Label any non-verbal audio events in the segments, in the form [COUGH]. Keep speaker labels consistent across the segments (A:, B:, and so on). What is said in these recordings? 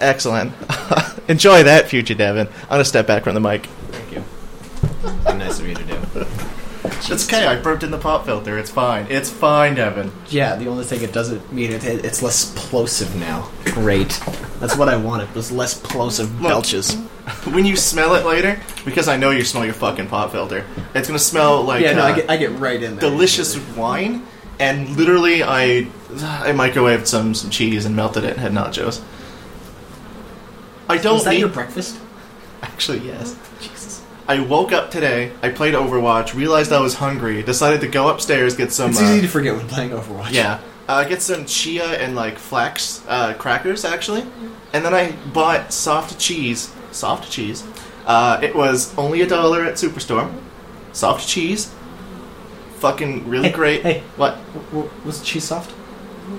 A: Excellent. [LAUGHS] Enjoy that, future Devin. I'm gonna step back from the mic.
B: Thank you. nice of you to do.
A: It's okay. I burped in the pop filter. It's fine. It's fine, Devin.
B: Yeah, the only thing it doesn't mean it, it- it's less plosive now. Great. That's what I wanted. Was less plosive belches.
A: When you smell it later, because I know you smell your fucking pop filter, it's gonna smell like
B: yeah, no, I
A: uh,
B: get I get right in there.
A: delicious wine. And literally, I I microwaved some, some cheese and melted it and had nachos. I don't
B: Was that
A: need
B: your breakfast?
A: [LAUGHS] Actually, yes. Jesus. I woke up today. I played Overwatch. Realized I was hungry. Decided to go upstairs get some.
B: It's
A: uh,
B: easy to forget when playing Overwatch.
A: yeah, uh, get some chia and like flax uh, crackers actually, and then I bought soft cheese. Soft cheese. Uh, it was only a dollar at Superstore. Soft cheese. Fucking really
B: Hey,
A: great.
B: hey.
A: What?
B: W- w- Was the cheese soft?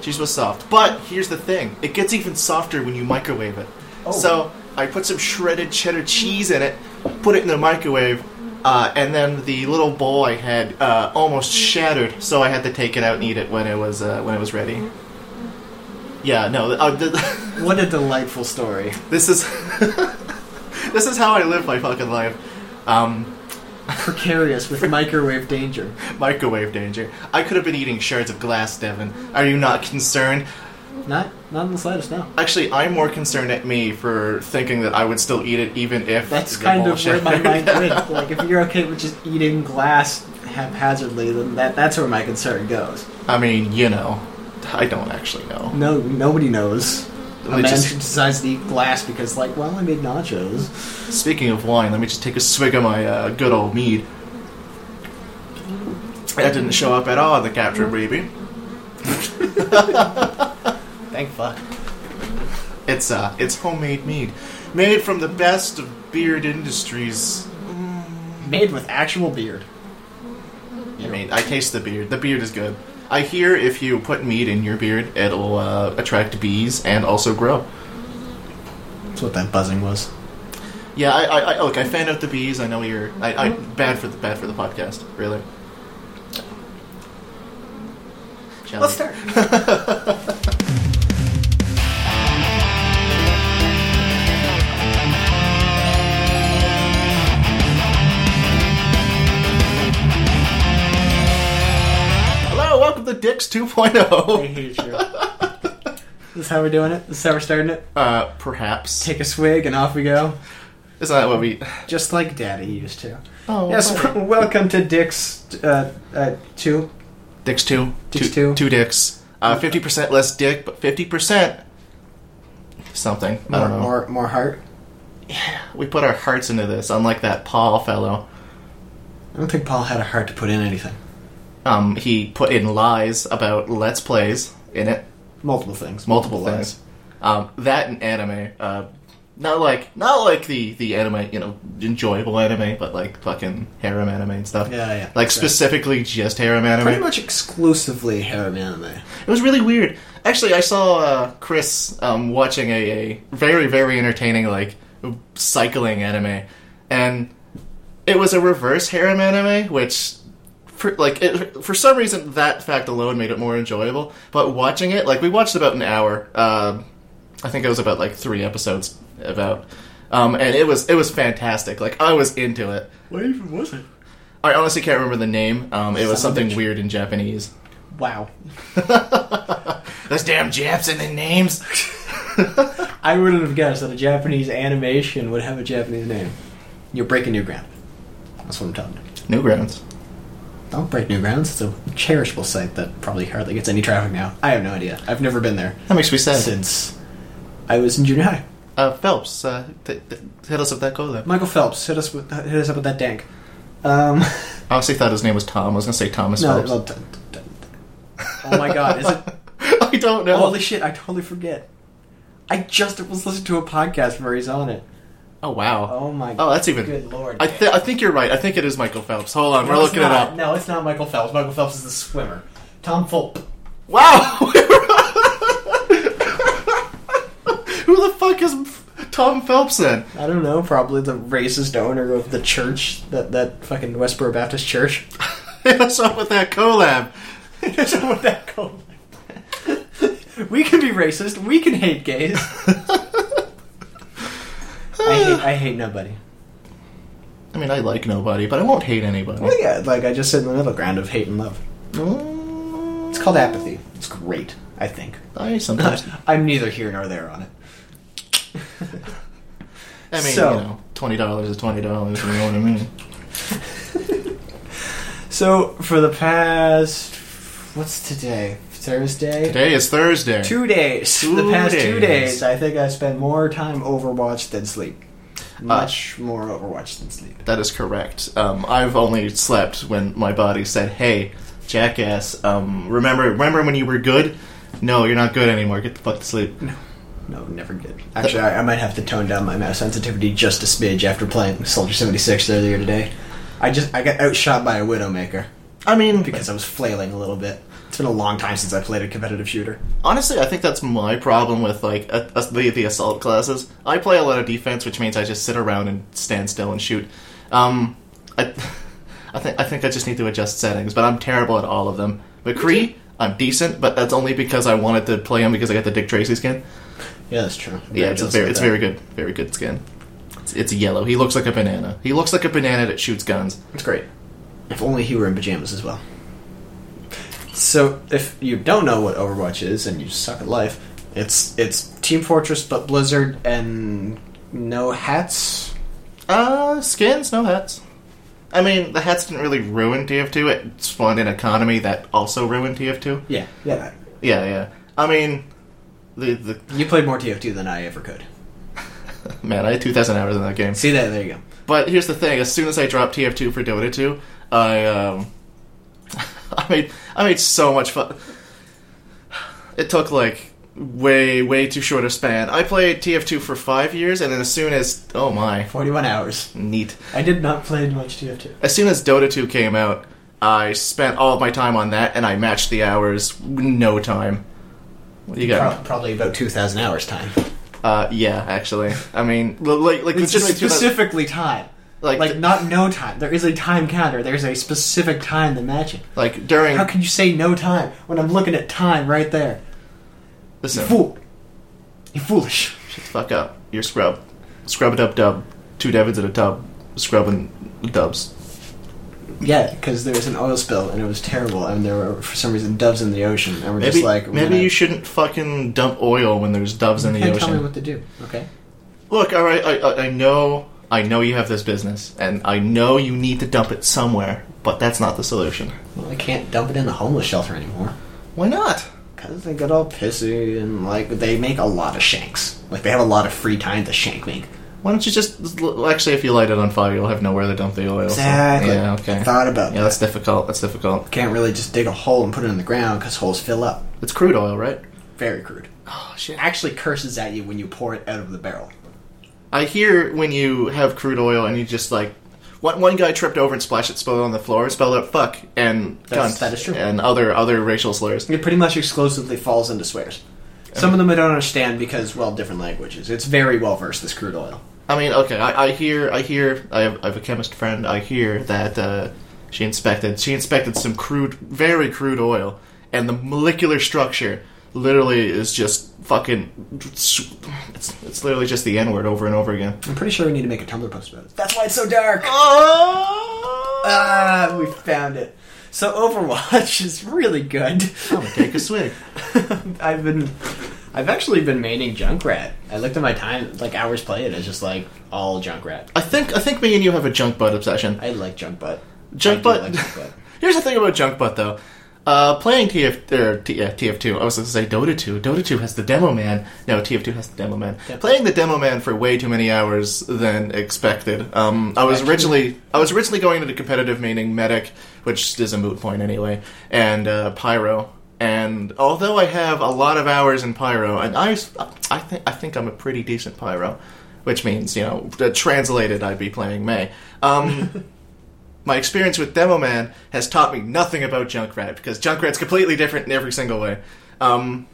A: Cheese was soft. But here's the thing it gets even softer when you microwave it.
B: Oh.
A: So I put some shredded cheddar cheese in it, put it in the microwave, uh, and then the little bowl I had uh, almost shattered, so I had to take it out and eat it when it was, uh, when it was ready. Yeah, no, uh, th- [LAUGHS]
B: What a delightful story.
A: this is. [LAUGHS] this is how I live my fucking life. Um,
B: [LAUGHS] Precarious with microwave danger.
A: microwave danger. I could have been eating shards of glass, Devin. Are you not concerned?
B: Not not in the slightest. No.
A: Actually, I'm more concerned at me for thinking that I would still eat it even if
B: That's
A: the
B: kind
A: ball
B: of where my
A: shattered.
B: mind [LAUGHS] went. Like, if you're okay with just eating glass haphazardly, then that, that's where my concern goes.
A: [LAUGHS] I mean, you know, I don't actually know.
B: No, nobody knows. A
A: Let me
B: man
A: just-
B: who decides to eat glass because, like, well, I made nachos.
A: Speaking of wine, let me just take a swig of my uh, good old mead. That didn't show up at all in the capture baby.
B: Thank fuck.
A: It's uh, it's homemade mead, made from the best of beard industries.
B: Made with actual beard.
A: I mean, I taste the beard. The beard is good. I hear if you put mead in your beard, it'll uh, attract bees and also grow.
B: That's what that buzzing was.
A: Yeah, I, I, I look. I fanned out the bees. I know you're. I, I
B: Mm-hmm.
A: bad for the bad for the podcast. Really. Shall we? Hello, welcome to Dicks oh. 2.0.
B: I hate you. this is how we're doing it. [LAUGHS] This is how we're starting it.
A: Uh, perhaps
B: Take a swig and off we go.
A: isn't that what we?
B: Just like Daddy used to.
A: Oh,
B: yes,
A: right.
B: [LAUGHS] welcome to Dick's uh, uh, 2.
A: Dicks two.
B: Dicks
A: two.
B: two. Mm-hmm.
A: Two dicks. Uh, fifty percent less dick, but fifty percent something. I
B: More,
A: don't know.
B: more, more heart.
A: We put our hearts into this, unlike that Paul fellow.
B: I don't think Paul had a heart to put in anything.
A: Um, he put in lies about let's plays in it,
B: Multiple things.
A: multiple lies. Um, that and anime. Uh, not like not like the the anime, you know, enjoyable anime, but like fucking harem anime and stuff.
B: Yeah, yeah.
A: Like
B: Right.
A: specifically just harem anime.
B: Pretty much exclusively harem anime.
A: It was really weird. Actually, I saw uh, Chris um, watching a, a very, very entertaining, like, cycling anime. And it was a reverse harem anime, which, for, like, it, for some reason, that fact alone made it more enjoyable. But watching it, like, we watched about an hour. Uh, I think it was about, like, three episodes about. Um, and it was it was fantastic. Like I was into it.
B: What even was it?
A: I honestly can't remember the name. Um, it was
B: Son of a
A: something
B: bitch.
A: weird in Japanese.
B: Wow.
A: Those damn Japs and their names.
B: I wouldn't have guessed that a Japanese animation would have a Japanese name. You're breaking new ground. That's what I'm telling you.
A: Newgrounds.
B: Don't break new grounds. It's a cherishable site that probably hardly gets any traffic now. I have no idea. I've never been there
A: That makes me sad.
B: since I was in junior high.
A: Uh, Phelps, uh, th- th- hit us up that goal there.
B: Michael Phelps hit us with hit us up with that dank. Um, [LAUGHS]
A: I honestly thought his name was Tom. I was going to say Thomas
B: no,
A: Phelps.
B: well, t- t- t- oh my god, is it [LAUGHS]
A: [LAUGHS] I don't know.
B: Holy shit, I totally forget. I just was listening to a podcast where he's on it.
A: oh, wow.
B: Oh my
A: Oh, that's even-
B: good lord.
A: I, th- I think you're right. I think it is Michael Phelps. Hold on,
B: No,
A: we're
B: it's
A: looking it
B: not.
A: up.
B: No, it's not Michael Phelps. Michael Phelps is the swimmer. Tom Fulp.
A: Wow! [LAUGHS] Who the fuck is F- Tom Phelps then? [LAUGHS]
B: I don't know, probably the racist owner of the church, that, that fucking Westboro Baptist [LAUGHS] church.
A: Hit us up with that collab. [LAUGHS]
B: I don't know what that called. We can be racist. We can hate [LAUGHS] gays. I hate, I hate nobody.
A: I mean, I like nobody, but I won't hate anybody.
B: Well, yeah, like I just said in the middle ground of hate and love.
A: Mm,
B: It's called apathy. It's great, I think.
A: I sometimes.
B: [LAUGHS] I'm neither here nor there on it.
A: I mean,
B: So-
A: you know, twenty dollars is twenty dollars. You know what I
B: [LAUGHS]
A: mean?
B: So for the past, what's today? Thursday.
A: Today is Thursday.
B: Two days. [LAUGHS]
A: Two
B: the past two
A: days.
B: days, I think I spent more time Overwatch than sleep.
A: Uh,
B: Much more Overwatch than sleep.
A: That is correct. Um, I've only slept when my body said, "Hey, jackass, um, remember remember when you were good? No, you're not good anymore. Get the fuck to sleep."
B: No, never good. Actually, I, I might have to tone down my mouse sensitivity just a smidge after playing Soldier 76 earlier today. I just I got outshot by a Widowmaker [LAUGHS]
A: I mean,
B: because I was flailing a little bit. It's been a long time since I played a competitive shooter.
A: honestly, I think that's my problem with like a, a- the the assault classes. I play a lot of defense, which means I just sit around and stand still and shoot. Um, I, [LAUGHS] I think I think I just need to adjust settings, but I'm terrible at all of them. McCree, I'm decent, but that's only because I wanted to play him because I got the Dick Tracy skin.
B: Yeah, that's true.
A: Yeah, it's, a very, it's very good, very good skin. It's, it's yellow. He looks like a banana. He looks like a banana that shoots guns.
B: It's great. If only he were in pajamas as well. So, if you don't know what Overwatch is and you suck at life, it's it's Team Fortress but Blizzard and no hats.
A: Uh, skins, no hats. I mean, the hats didn't really ruin TF2. It spawned an economy that also ruined TF2.
B: Yeah, yeah.
A: Yeah, yeah. I mean, the the
B: You played more TF2 than I ever could.
A: man, I had two thousand hours in that game.
B: See that? There you go.
A: But here's the thing: as soon as I dropped TF2 for Dota 2, I um, [LAUGHS] I made I made so much fun. It took like way way too short a span. I played TF2 for five years, and then as soon as oh my,
B: 41 hours.
A: neat.
B: I did not play much TF2.
A: As soon as Dota 2 came out, I spent all of my time on that, and I matched the hours no time. What do you got?
B: Pro- probably about 2,000 hours time.
A: Uh, yeah, actually. I mean, li- like like
B: It's just
A: legitimately 2000
B: specifically time.
A: Like
B: Like,
A: the-
B: not no time. There is a time counter. There's a specific time to match it.
A: like during
B: How can you say no time when I'm looking at time right there? You
A: listen.
B: fool. You foolish.
A: Fuck up. You're scrub. Scrub it up dub. Two devins in a tub. Scrubbing dubs.
B: Yeah, because there was an oil spill and it was terrible, and there were for some reason doves in the ocean, and we're
A: Maybe,
B: just like,
A: maybe you shouldn't fucking dump oil when there's doves in the
B: can
A: ocean.
B: tell me what to do. Okay.
A: Look, all right, I, I, I know, I know you have this business, and I know you need to dump it somewhere, but that's not the solution.
B: Well, I can't dump it in the homeless shelter anymore.
A: Why not?
B: Because they get all pissy and, like, they make a lot of shanks. Like, they have a lot of free time to shank me.
A: Why don't you just well, actually, if you light it on fire, you'll have nowhere to dump the oil. so-
B: Exactly.
A: yeah. Okay.
B: I thought about
A: Yeah,
B: that.
A: that's difficult. That's difficult.
B: Can't really just dig a hole and put it in the ground because holes fill up.
A: It's crude oil, right?
B: Very crude.
A: Oh shit.
B: Actually curses at you when you pour it out of the barrel.
A: I hear when you have crude oil and you just like one one guy tripped over and splashed it, spilled it on the floor, spelled out "fuck" and
B: That's-
A: cunt
B: that is true.
A: and other other racial slurs.
B: It pretty much exclusively falls into swears. Some of them I don't understand because, well, different languages. It's very well versed, this crude oil.
A: I mean, okay, I, I hear, I hear, I have, I have a chemist friend. I hear that uh, she inspected, she inspected some crude, very crude oil, and the molecular structure literally is just fucking. It's, it's literally just the N word over and over again.
B: I'm pretty sure we need to make a Tumblr post about it. That's why it's so dark!
A: Oh,
B: Ah, we found it. So Overwatch [LAUGHS] is really good.
A: I'm gonna take a swig.
B: [LAUGHS] I've been, I've actually been maining Junkrat. I looked at my time, like hours played, it's just like all Junkrat.
A: I think, I think me and you have a junk butt obsession.
B: I like Junk Butt.
A: Junk
B: I do
A: butt.
B: like
A: [LAUGHS]
B: junk butt.
A: Here's the thing about junk butt though. Uh, playing TF or T, uh, TF2, I was going to say Dota 2. Dota 2 has the demo man. No, TF2 has the demo man.
B: Yeah.
A: Playing the demo man for way too many hours than expected. Um, I was
B: Actually-
A: originally I was originally going into competitive, meaning medic, which is a moot point anyway, and uh, pyro. And although I have a lot of hours in pyro, and I, s- I think I think I'm a pretty decent pyro, which means you know uh, translated I'd be playing May. Um, my experience with Demo Man has taught me nothing about Junkrat because Junkrat's completely different in every single way. Um,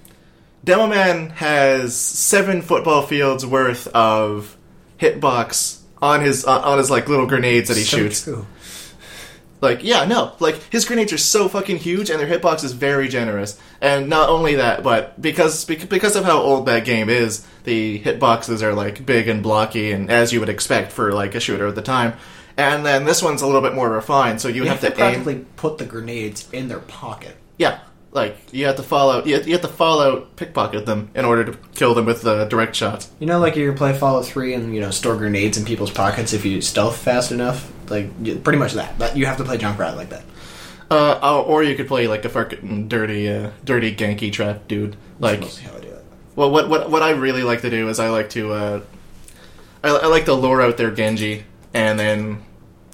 A: Demo Man has seven football fields worth uh, of hitbox on his on his like little grenades that he
B: So
A: shoots.
B: true.
A: Like, yeah, no. Like, his grenades are so fucking huge, and their hitbox is very generous. And not only that, but because bec- because of how old that game is, the hitboxes are like big and blocky, and as you would expect for like a shooter at the time. And then this one's a little bit more refined, so you,
B: You
A: have, to aim.
B: practically put the grenades in their pocket.
A: Yeah, like you have to follow. You have, you have to follow pickpocket them in order to kill them with the direct shots.
B: You know, like you can play Fallout 3 and, you know, store grenades in people's pockets if you stealth fast enough? Like, y- pretty much that. But you have to play Junkrat like that.
A: Uh, or- or you could play like a fucking dirty, uh, dirty ganky trap dude. Like,
B: That's mostly how I do it.
A: well, what what what I really like to do is I like to, uh, I, I like to lure out their Genji and then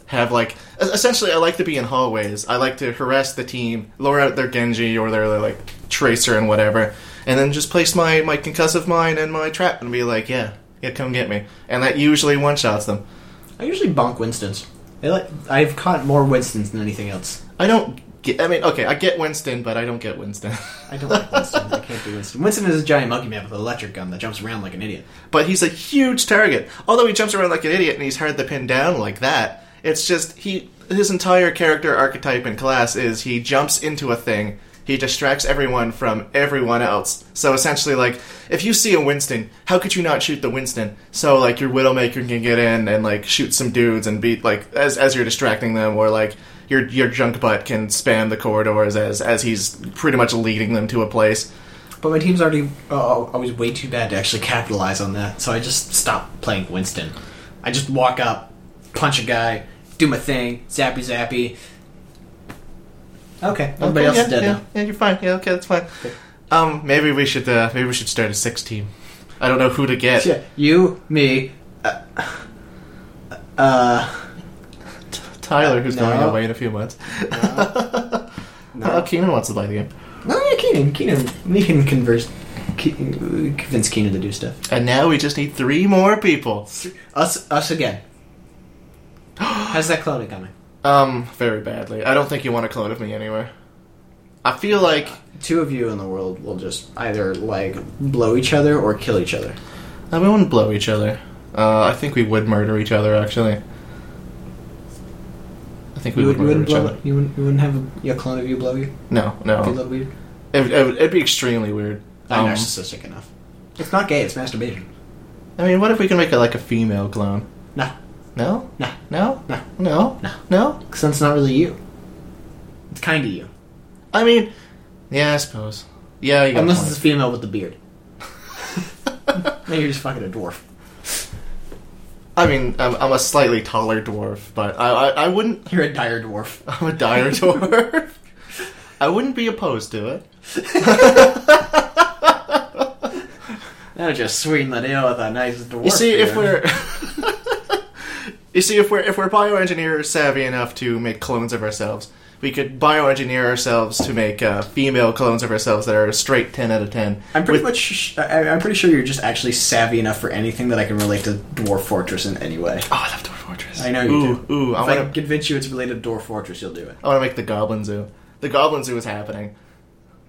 A: have like es- essentially I like to be in hallways. I like to harass the team, lure out their Genji or their like tracer and whatever, and then just place my my concussive mine and my trap and be like, yeah, yeah, come get me. And that usually one shots them.
B: I usually bonk Winstons. I like, I've caught more Winstons than anything else.
A: I don't get. I mean, okay, I get Winston, but I don't get Winston. [LAUGHS]
B: I don't like Winston. I can't do Winston. Winston is a giant monkey man with an electric gun that jumps around like an idiot.
A: but he's a huge target. Although he jumps around like an idiot and he's hard to pin down like that, it's just he his entire character archetype in class is he jumps into a thing, he distracts everyone from everyone else. So essentially like if you see a Winston, how could you not shoot the Winston? So like your Widowmaker can get in and like shoot some dudes and beat like as as you're distracting them or like your your junk butt can spam the corridors as as he's pretty much leading them to a place.
B: But my team's already uh, always way too bad to actually capitalize on that, so I just stop playing Winston. I just walk up, punch a guy, do my thing, zappy zappy. Okay, everybody else
A: yeah,
B: is dead
A: yeah,
B: now.
A: yeah, you're fine. Yeah, okay, that's fine. Um, maybe we should uh, maybe we should start a six team. I don't know who to get.
B: Yeah, you, me, uh, uh,
A: Tyler, who's going
B: No.
A: away in a few months.
B: [LAUGHS] no.
A: Oh, Keenan wants to play the game,
B: No, yeah, Keenan, Keenan, we can converse, Keenan, convince Keenan to do stuff.
A: and now we just need three more people.
B: Us, us [GASPS] again. How's that cloning coming?
A: Um, very badly. I don't think you want to clone of me anywhere. I feel like
B: Two of you in the world will just either like blow each other or kill each other.
A: uh, we wouldn't blow each other. Uh, I think we would murder each other. Actually, I think we would, murder each
B: blow,
A: other.
B: you wouldn't, you wouldn't have a, a clone of you blow you.
A: No,
B: Be a
A: no,
B: little weird.
A: it, it, would- it'd be extremely weird.
B: Oh.
A: Um,
B: narcissistic enough. It's not gay. It's masturbation.
A: I mean, what if we can make it like a female clone?
B: No,
A: No?
B: no,
A: No?
B: No.
A: No?
B: No.
A: No?
B: because that's not really you. It's kind of you,
A: I mean, yeah, I suppose. Yeah, you got
B: unless
A: a [LAUGHS]
B: it's a female with a beard. Maybe you're just fucking a dwarf.
A: I mean, I'm, I'm a slightly taller dwarf, but I, I, I wouldn't. [LAUGHS]
B: You're a dire dwarf. [LAUGHS]
A: I'm a dire dwarf. I wouldn't be opposed to it.
B: That'll just sweeten the deal with a nice dwarf.
A: You see, if
B: beard.
A: we're. [LAUGHS] You see, if we're if we're bioengineer savvy enough to make clones of ourselves, we could bioengineer ourselves to make uh, female clones of ourselves that are a straight ten out of ten.
B: I'm pretty
A: with-
B: much. sh- I, I'm pretty sure you're just actually savvy enough for anything that I can relate to Dwarf Fortress in any way.
A: Oh, I love Dwarf Fortress.
B: I know you
A: ooh,
B: do.
A: Ooh,
B: if
A: I
B: I,
A: want to
B: can convince you it's related to Dwarf Fortress, you'll do it.
A: I want to make the Goblin Zoo. The Goblin Zoo is happening.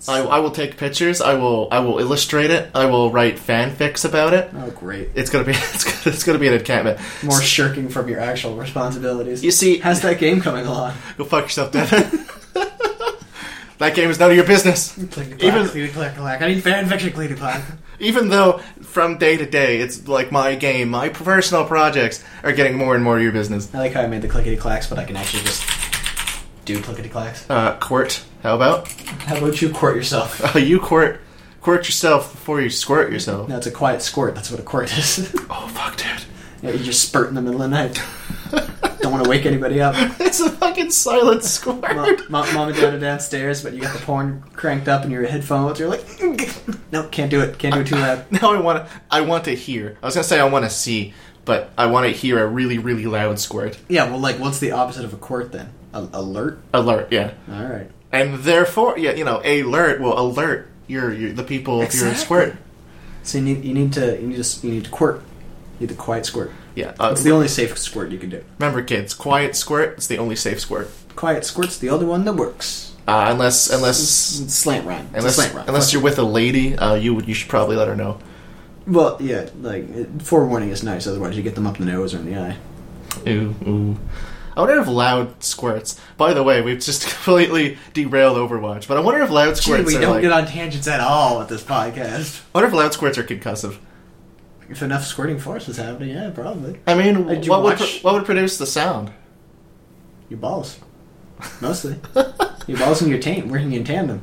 A: I, I will take pictures. I will I will illustrate it. I will write fanfics about it.
B: Oh, great!
A: It's gonna be [LAUGHS] it's gonna, it's gonna be an encampment.
B: More shirking from your actual responsibilities.
A: You see-
B: how's that game coming along?
A: Go fuck yourself, Devin. [LAUGHS] that game is none of your business. Even-
B: clack. I need fanfiction, Cleety Clack.
A: Even though from day to day, it's like my game, my personal projects are getting more and more of your business.
B: I like how I made the clickety clacks, but I can actually just do clickety clacks.
A: Uh, court. How about
B: How about you court yourself? [LAUGHS]
A: uh, you court court yourself before you squirt yourself?
B: No, it's a quiet squirt. That's what a court is. [LAUGHS]
A: Oh fuck, dude.
B: Yeah, you just spurt in the middle of the
A: [LAUGHS]
B: night. Don't want to wake anybody up.
A: It's a fucking [LAUGHS] silent squirt.
B: Mom, [LAUGHS] mom, mom and dad are downstairs, but you got the porn cranked up in your headphones. You're like, [LAUGHS] no, can't do it. Can't do it too loud.
A: Now I want to. I want to hear. I was gonna say I want to see, but I want to hear a really, really loud squirt
B: Yeah, well, like, what's the opposite of a court then? A- alert.
A: alert. Yeah,
B: All right.
A: and therefore, yeah, you know, alert will alert your, your the people if you're a
B: Exactly.
A: squirt.
B: So you need you need to you need to you need to squirt. You need to quiet squirt.
A: Yeah, uh,
B: It's the only safe squirt you can do.
A: remember, kids, quiet squirt. It's the only safe squirt,
B: Quiet squirt's the only one that works.
A: uh, unless
B: S-
A: unless.
B: slant rhyme. It's a
A: Unless,
B: slant rhyme.
A: unless you're with a lady, uh, you would you should probably let her know.
B: well, yeah, like it- forewarning is nice. Otherwise, you get them up the nose or in the eye.
A: Ooh, ooh. I wonder if loud squirts. By the way, we've just [LAUGHS] completely derailed Overwatch, but I wonder if loud
B: Gee,
A: squirts
B: we
A: are
B: don't
A: like.
B: get on tangents at all with this podcast.
A: I wonder if loud squirts are concussive.
B: If enough squirting force was happening, yeah, probably.
A: I mean,
B: Did you
A: what would pro-
B: watch-
A: what would produce the sound?
B: Your balls. Mostly. your balls and your taint working in tandem.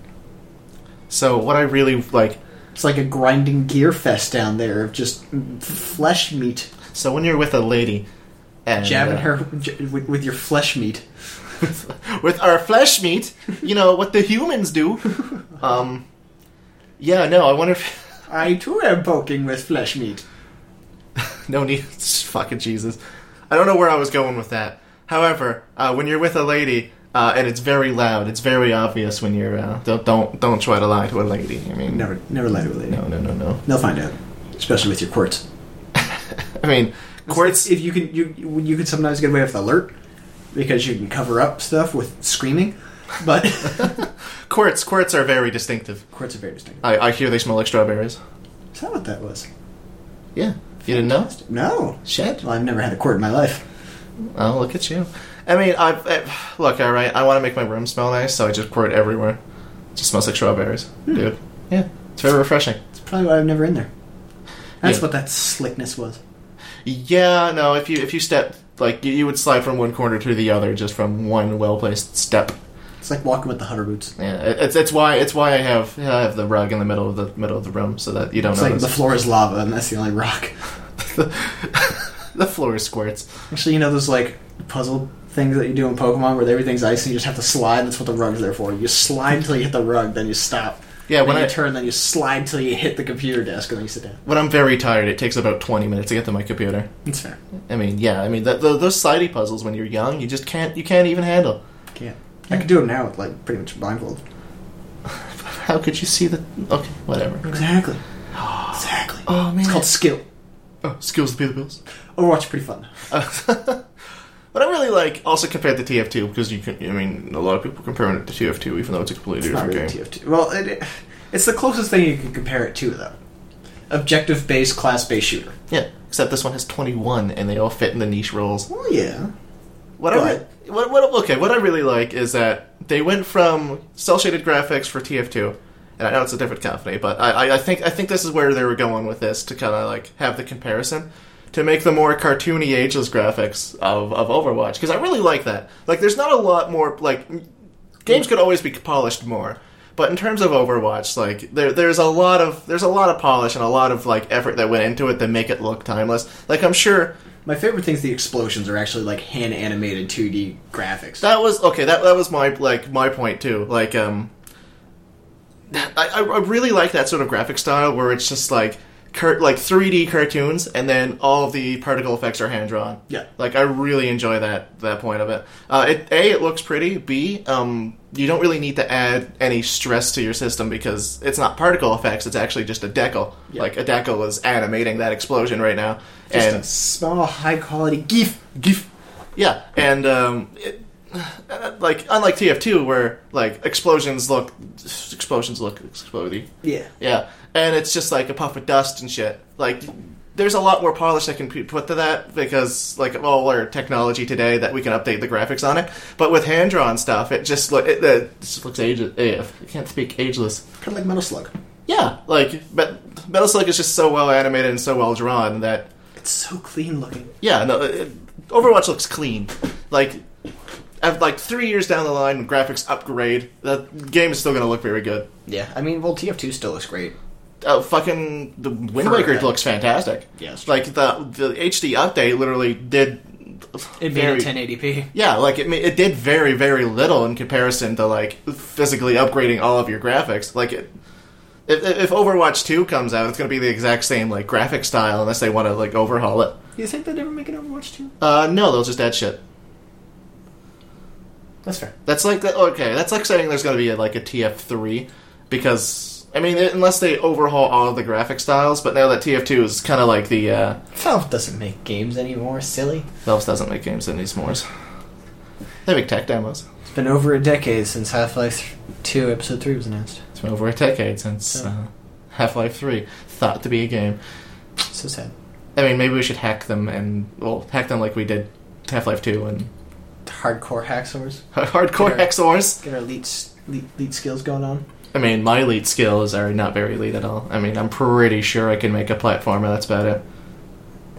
A: So what I really like.
B: It's like a grinding gear fest down there of just f- flesh meat.
A: So when you're with a lady, and
B: Jabbing
A: uh,
B: her j- with, with your flesh meat.
A: [LAUGHS] with our flesh meat, you know what the humans
B: [LAUGHS]
A: do. Um, yeah, no, I wonder if. [LAUGHS]
B: I too am poking with flesh meat.
A: No need. [LAUGHS] Fucking Jesus. I don't know where I was going with that. However, uh, when you're with a lady uh, and it's very loud, it's very obvious when you're uh, don't don't don't try to lie to a lady. I mean,
B: Never, never lie to a lady.
A: no, no, no, no.
B: They'll find out, especially with your quirts.
A: I mean, courts.
B: If you can, you you can sometimes get away with alert because you can cover up stuff with screaming, but
A: Quartz, quartz are very distinctive.
B: quirts are very distinct.
A: I, I hear they smell like strawberries.
B: Is that what that was?
A: Yeah, you didn't know?
B: No.
A: Shit.
B: Well, I've never had a quart in my life.
A: Oh, look at you. I mean, I, I look. All right, I want to make my room smell nice, so I just pour it everywhere. It just smells like strawberries,
B: Hmm.
A: dude. Yeah, it's very refreshing.
B: It's probably why I've never in there. That's
A: Yeah.
B: what that slickness was.
A: Yeah, no. If you if you step like you, you would slide from one corner to the other just from one well placed step.
B: It's like walking with the hover boots.
A: Yeah, it- it's it's why it's why I have I have the rug in the middle of the middle of the room so that you don't
B: It's
A: know
B: like the floor is lava, and that's the only rock. [LAUGHS]
A: [LAUGHS] the floor squirts.
B: Actually, you know those like puzzle things that you do in Pokemon where everything's ice and you just have to slide. That's what the rug's there for. You slide until you hit the rug, then you stop.
A: Yeah,
B: Then
A: when
B: you
A: I
B: turn, then you slide till you hit the computer desk, and then you sit down.
A: when I'm very tired, it takes about twenty minutes to get to my computer.
B: That's fair.
A: I mean, yeah, I mean that tho- those slidey puzzles when you're young, you just can't you can't even handle. [LAUGHS]
B: Can't. I could do it now with like pretty much blindfold.
A: How could you see the? Okay, whatever. [GASPS]
B: Exactly. exactly.
A: Oh, man.
B: It's called skill.
A: Oh, skills to pay the bills. [LAUGHS]
B: Overwatch pretty fun.
A: Uh, but I really like also compared to TF2 because you can. I mean, a lot of people comparing it to TF2, even though it's a completely
B: It's not
A: different
B: really
A: game.
B: TF2. Well, it, it's the closest thing you can compare it to though. Objective based, class based shooter.
A: Yeah, except this one has 21, and they all fit in the niche roles.
B: Well, Oh, yeah.
A: What I re- what, what okay, what I really like is that they went from cell shaded graphics for TF2. And I know it's a different company, but I, I, I think I think this is where they were going with this to kind of like have the comparison to make the more cartoony, ageless graphics of, of Overwatch because I really like that. Like, there's not a lot more like games could always be polished more. But in terms of Overwatch, like there, there's a lot of there's a lot of polish and a lot of like effort that went into it to make it look timeless. Like I'm sure
B: My favorite things the explosions are actually like hand animated 2D graphics.
A: That was okay. That that was my like my point too. Like um, I I I really like that sort of graphic style where it's just like cur- like 3D cartoons and then all the particle effects are hand drawn.
B: Yeah.
A: Like I really enjoy that that point of it. Uh, it a it looks pretty. B um you don't really need to add any stress to your system because it's not particle effects. It's actually just a decal.
B: Yeah.
A: Like a decal is animating that explosion right now.
B: Just
A: and
B: a small, high quality GIF. GIF.
A: yeah, and um, it, uh, like unlike TF2, where like explosions look explosions look explodey.
B: Yeah.
A: Yeah, and it's just like a puff of dust and shit. Like, there's a lot more polish that can be put to that because like of all our technology today that we can update the graphics on it. But with hand drawn stuff, it just look it, it just looks ageless. I can't speak ageless.
B: Kind of like Metal Slug.
A: Yeah, like but Metal Slug is just so well animated and so well drawn that
B: It's so clean looking.
A: yeah, no, it, Overwatch looks clean. Like, at, like three years down the line, when graphics upgrade, the game is still going to look very good.
B: Yeah, I mean, well, TF2 still looks great.
A: Uh, fucking the Wind
B: For-
A: Waker looks fantastic.
B: Yes.
A: like the the HD update literally did.
B: It made
A: very-
B: it 1080p.
A: Yeah, like it ma- it did very very little in comparison to like physically upgrading all of your graphics. Like it. If, if Overwatch 2 comes out, it's going to be the exact same like graphic style unless they want to like overhaul it.
B: You think they'd ever make an Overwatch 2?
A: Uh, no, they'll just add shit.
B: That's fair.
A: That's like the, okay. That's like saying there's going to be like a TF three because I mean unless they overhaul all of the graphic styles. But now that TF two is kind of like the uh,
B: Valve doesn't make games anymore, silly.
A: Valve doesn't make games in these mores. They make tech demos.
B: It's been over a decade since Half Life 2 Episode 3 was announced.
A: It's been over a decade since uh, Half Life three thought to be a game.
B: So sad.
A: I mean maybe we should hack them and [LAUGHS] well hack them like we did Half Life two and
B: hardcore hacksaws.
A: Hardcore
B: Yeah.
A: Hexors.
B: Get our elite, elite, elite skills going on.
A: I mean, my elite skills are not very elite at all. I mean, I'm pretty sure I can make a platformer. That's about it.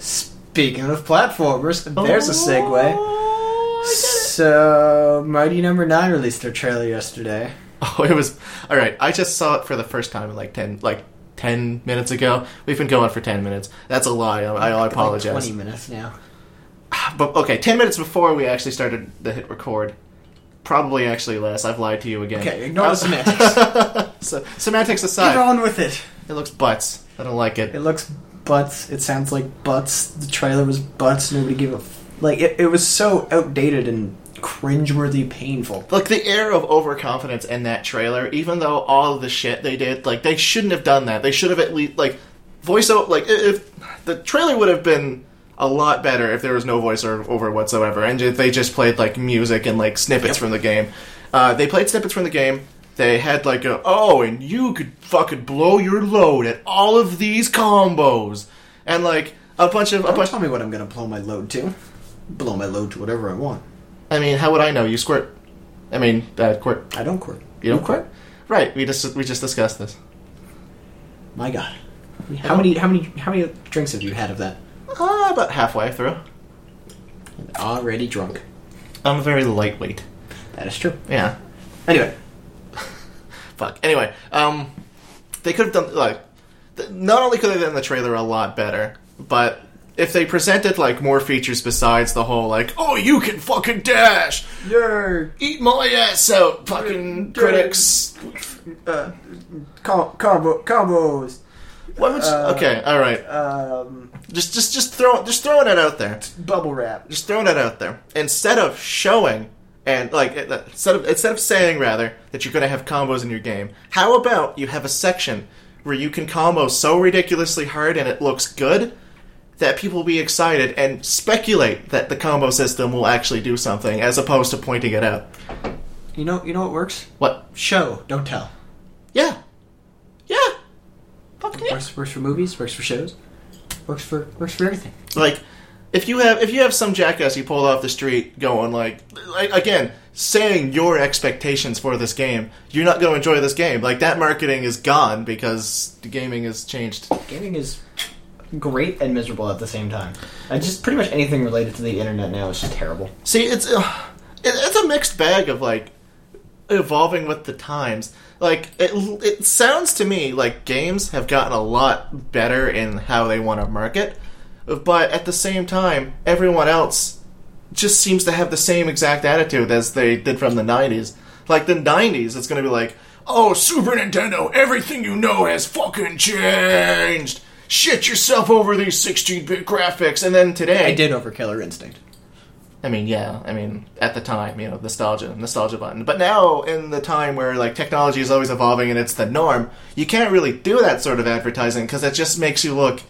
B: Speaking of platformers, there's a segue.
A: Oh, I did it.
B: So, Mighty Number Nine released their trailer yesterday.
A: Oh, it was all right. I just saw it for the first time like ten, like ten minutes ago. We've been going for ten minutes. That's a lie. I, I apologize.
B: Like Twenty minutes now.
A: But okay, ten minutes before we actually started the hit record. Probably actually less. I've lied to you again.
B: Okay, ignore the
A: Uh, [LAUGHS]
B: semantics.
A: so, semantics
B: Get
A: aside,
B: on with it.
A: it looks butts. I don't like it.
B: It looks butts. It sounds like butts. The trailer was butts. Nobody gave a f- like. It, it was so outdated and cringeworthy, painful.
A: Like the air of overconfidence in that trailer, even though all of the shit they did, like they shouldn't have done that. They should have at least like voice o Like i- if the trailer would have been a lot better if there was no voice o- over whatsoever, and if they just played like music and like snippets from the game. Uh, they played snippets from the game. They had like a oh, and you could fucking blow your load at all of these combos, and like a bunch of a
B: Don't
A: bunch.
B: tell me what I'm gonna blow my load to. Blow my load to whatever I want.
A: I mean, how would I know? You squirt. I mean, uh, squirt.
B: I don't quit.
A: You don't quit? Right. We just we just discussed this.
B: My God. How many? How many? How many drinks have you had of that?
A: Uh, about halfway through.
B: Already drunk.
A: I'm very lightweight.
B: That is true.
A: Yeah.
B: Anyway,
A: Fuck. Anyway, um, they could have done like, th- not only could they have done the trailer a lot better, but if they presented like more features besides the whole like, oh, you can fucking dash,
B: your
A: eat my ass out, fucking critics.
B: uh, com- combo combos.
A: Why would you?
B: Uh,
A: okay, all right.
B: Um,
A: Just just just throw just throwing it out there.
B: bubble wrap.
A: just throwing that out there. Instead of showing and like uh, instead of instead of saying rather that you're going to have combos in your game, how about you have a section where you can combo so ridiculously hard and it looks good that people will be excited and speculate that the combo system will actually do something as opposed to pointing it out.
B: You know. You know what works?
A: What?
B: Show, don't tell.
A: Yeah. Yeah. Fucking yeah.
B: Works, works for movies. Works for shows. Works for works for everything.
A: like if you have if you have some jackass you pulled off the street going like, like again saying your expectations for this game you're not going to enjoy this game like that marketing is gone because the gaming has changed
B: Gaming is great and miserable at the same time. And just pretty much anything related to the internet now is just terrible.
A: see it's uh, it, it's a mixed bag of like evolving with the times like it, it sounds to me like games have gotten a lot better in how they want to market but at the same time everyone else just seems to have the same exact attitude as they did from the 90s. Like the 90s, it's going to be like, oh, Super Nintendo, everything you know has fucking changed. Shit yourself over these 16 bit graphics. And then today.
B: I did over Killer Instinct.
A: I mean, yeah. I mean, at the time, you know, nostalgia, nostalgia button. But now, in the time where like technology is always evolving and it's the norm, you can't really do that sort of advertising because it just makes you look.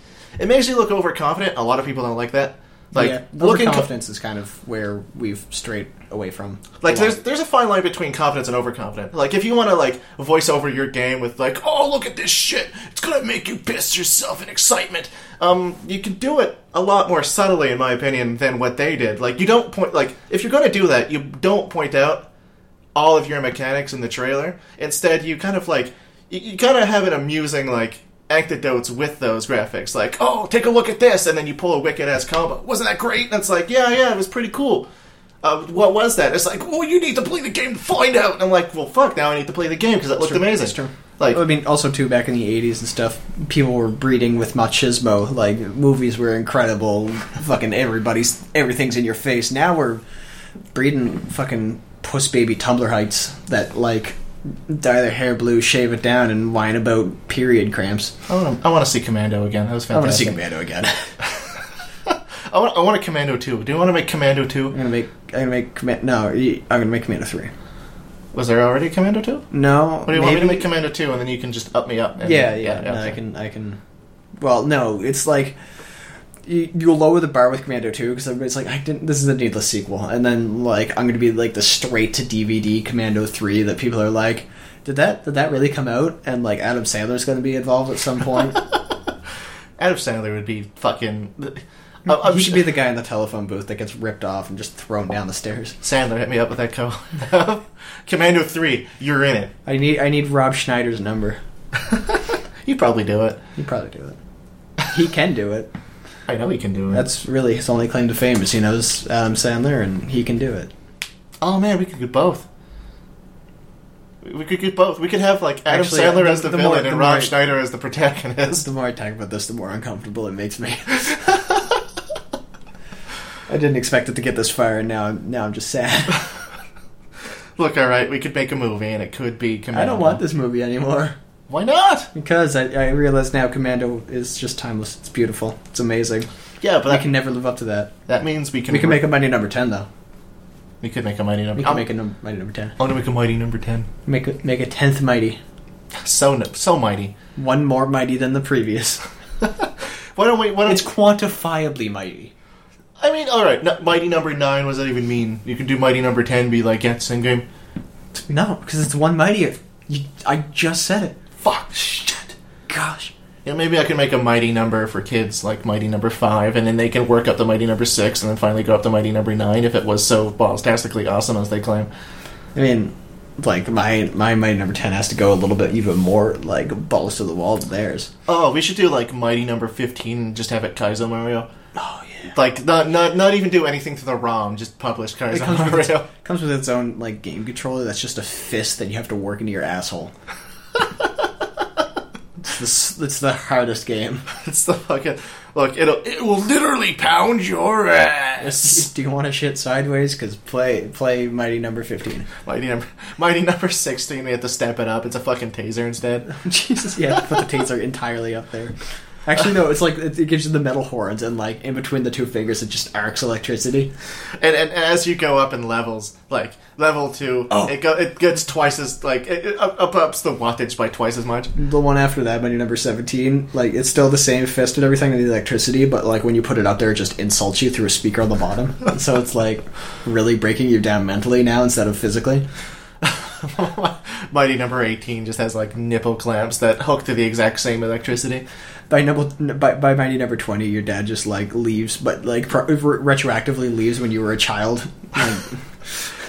A: It makes you look overconfident. A lot of people don't like that. Like
B: yeah,
A: looking co-
B: confidence is kind of where we've strayed away from.
A: Like
B: a lot.
A: there's there's a fine line between confidence and overconfident. Like if you want to like voice over your game with like, oh look at this shit, it's gonna make you piss yourself in excitement. Um, you can do it a lot more subtly, in my opinion, than what they did. Like you don't point like if you're gonna do that, you don't point out all of your mechanics in the trailer. Instead, you kind of like you, you kind of have an amusing like anecdotes with those graphics. Like, oh, take a look at this, and then you pull a wicked ass combo. Wasn't that great? And it's like, yeah, yeah, it was pretty cool. Uh, what was that? It's like, well, you need to play the game to find out. And I'm like, well, fuck. Now I need to play the game because it looked amazing.
B: It's true.
A: Like,
B: I mean, also too back in the '80s and stuff, people were breeding with machismo. Like movies were incredible. fucking everybody's everything's in your face. Now we're breeding fucking puss baby Tumblr heights that like dye their hair blue, shave it down, and whine about period cramps.
A: I want to I want to see Commando again. That was
B: I'm gonna see
A: fantastic.
B: Commando again. [LAUGHS]
A: I want I want a Commando two. Do you want to make Commando two?
B: I'm gonna make. I'm gonna make. Command, no, I'm gonna make Commando three.
A: Was there already Commando two?
B: No.
A: What do you want me to make Commando two, and then you can just up me up? And,
B: Yeah, yeah. no, I
A: okay.
B: can, I can. Well, no, it's like you, you'll lower the bar with Commando Two because everybody's like, I didn't. This is a needless sequel, and then like I'm going to be like the straight to DVD Commando Three that people are like, did that did that really come out? And like Adam [LAUGHS] Sandler's going to be involved at some point.
A: Adam Sandler would be fucking. Uh, uh,
B: You should be the guy in the telephone booth that gets ripped off and just thrown down the stairs.
A: Sandler hit me up with that co. [LAUGHS] Commando Three, you're in it.
B: I need I need Rob Schneider's number.
A: [LAUGHS] You probably do it.
B: He'd probably do it. He can do it.
A: I know he can do it.
B: That's really his only claim to fame is he knows Adam Sandler and he can do it.
A: oh man, we could do both. We could do both. We could have like Adam
B: Actually,
A: Sandler
B: the-
A: as the,
B: the more-
A: villain
B: the
A: and Rob
B: more-
A: Schneider as the protagonist.
B: [LAUGHS] The more I talk about this, the more uncomfortable it
A: [LAUGHS]
B: makes me. I didn't expect it to get this far, and now now I'm
A: [LAUGHS]
B: just sad.
A: Look, all right, we could make a movie, and it could be. Commando.
B: I don't want this movie anymore
A: Why not?
B: because I, I realize now Commando is just timeless. It's beautiful. It's amazing.
A: Yeah, but
B: I
A: that,
B: can never live up to that.
A: that means we can.
B: We can make a mighty number ten though.
A: We could make a mighty number.
B: We can
A: I'm,
B: make a num- mighty number ten.
A: I'm gonna make a mighty number ten. [LAUGHS]
B: Make a, make a tenth mighty.
A: So no- so mighty. [LAUGHS]
B: One more mighty than the previous.
A: Why don't we? Why don't
B: It's quantifiably mighty.
A: I mean, all right, no, mighty number nine. What does that even mean? You can do mighty number ten, be like, yeah, same game.
B: No, because it's one mightier. You, I just said it.
A: Fuck, shit.
B: Gosh.
A: Yeah, maybe I can make a mighty number for kids, like mighty number five, and then they can work up to mighty number six, and then finally go up to mighty number nine if it was so bombastically awesome as they claim.
B: I mean, like my my mighty number ten has to go a little bit even more like balls to the wall than theirs.
A: Oh, we should do like mighty number fifteen and just have it Kaizo Mario.
B: Oh yeah.
A: Like, not not not even do anything to the ROM, just publish
B: It
A: Kaizo
B: comes [LAUGHS] with, its,
A: Mario. [LAUGHS]
B: comes with its own like game controller that's just a fist that you have to work into your [LAUGHS] asshole. it's, the, s- it's the hardest [LAUGHS] game.
A: It's the fucking look. It'll it will literally pound your ass.
B: Do you want to shit sideways? Because play play Mighty Number Fifteen.
A: [LAUGHS]
B: [LAUGHS]
A: Mighty number, mighty number sixteen. We have to step it up. It's a fucking taser instead.
B: Jesus, yeah, put the taser entirely up there. Actually, no, it's like it, it gives you the metal horns, and like in between the two fingers, it just arcs electricity.
A: And, and as you go up in levels, like level two,
B: Oh.
A: it go it gets twice as like it, it up, up ups the wattage by twice as much. [LAUGHS]
B: The one after that, Mighty Number Seventeen, like it's still the same fist and everything and the electricity, but like when you put it up there, it just insults you through a speaker on the bottom. [LAUGHS] so it's like really breaking you down mentally now instead of physically.
A: Mighty number eighteen just has like nipple clamps that hook to the exact same electricity.
B: By number by, by Mighty Number Twenty, your dad just like leaves, but like pro- re- retroactively leaves when you were a child. Like,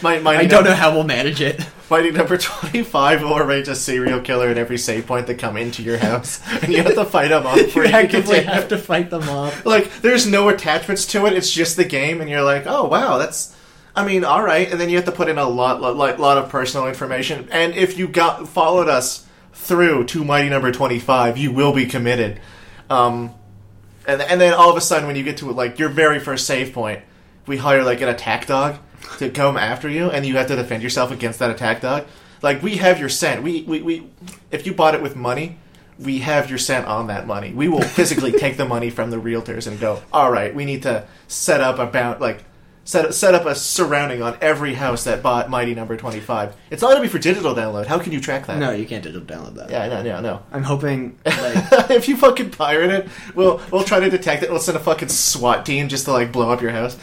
A: My, mighty
B: [LAUGHS] I don't
A: num-
B: know how we'll manage it.
A: Mighty number twenty five will arrange a serial killer at every save point that come into your house, and you have to fight them
B: [LAUGHS]
A: off.
B: You
A: before can
B: actively
A: take them.
B: have to fight them
A: [LAUGHS]
B: off.
A: like there's no attachments to it it's just the game and you're like oh wow that's i mean all right and then you have to put in a lot lot, lot, lot of personal information and if you got followed us through to mighty number 25 you will be committed um, and, and then all of a sudden when you get to like your very first save point we hire like an attack dog to come after you and you have to defend yourself against that attack dog like we have your scent we, we, we if you bought it with money we have your scent on that money we will physically take the money from the realtors and go all right we need to set up a bound like set, set up a surrounding on every house that bought mighty number 25 it's not going to be for digital download how can you track that
B: No, you can't digital download that.
A: yeah no no no
B: I'm hoping
A: [LAUGHS]
B: like
A: if you fucking pirate it, we'll we'll try to detect it. We'll send a fucking SWAT team just to like blow up your house.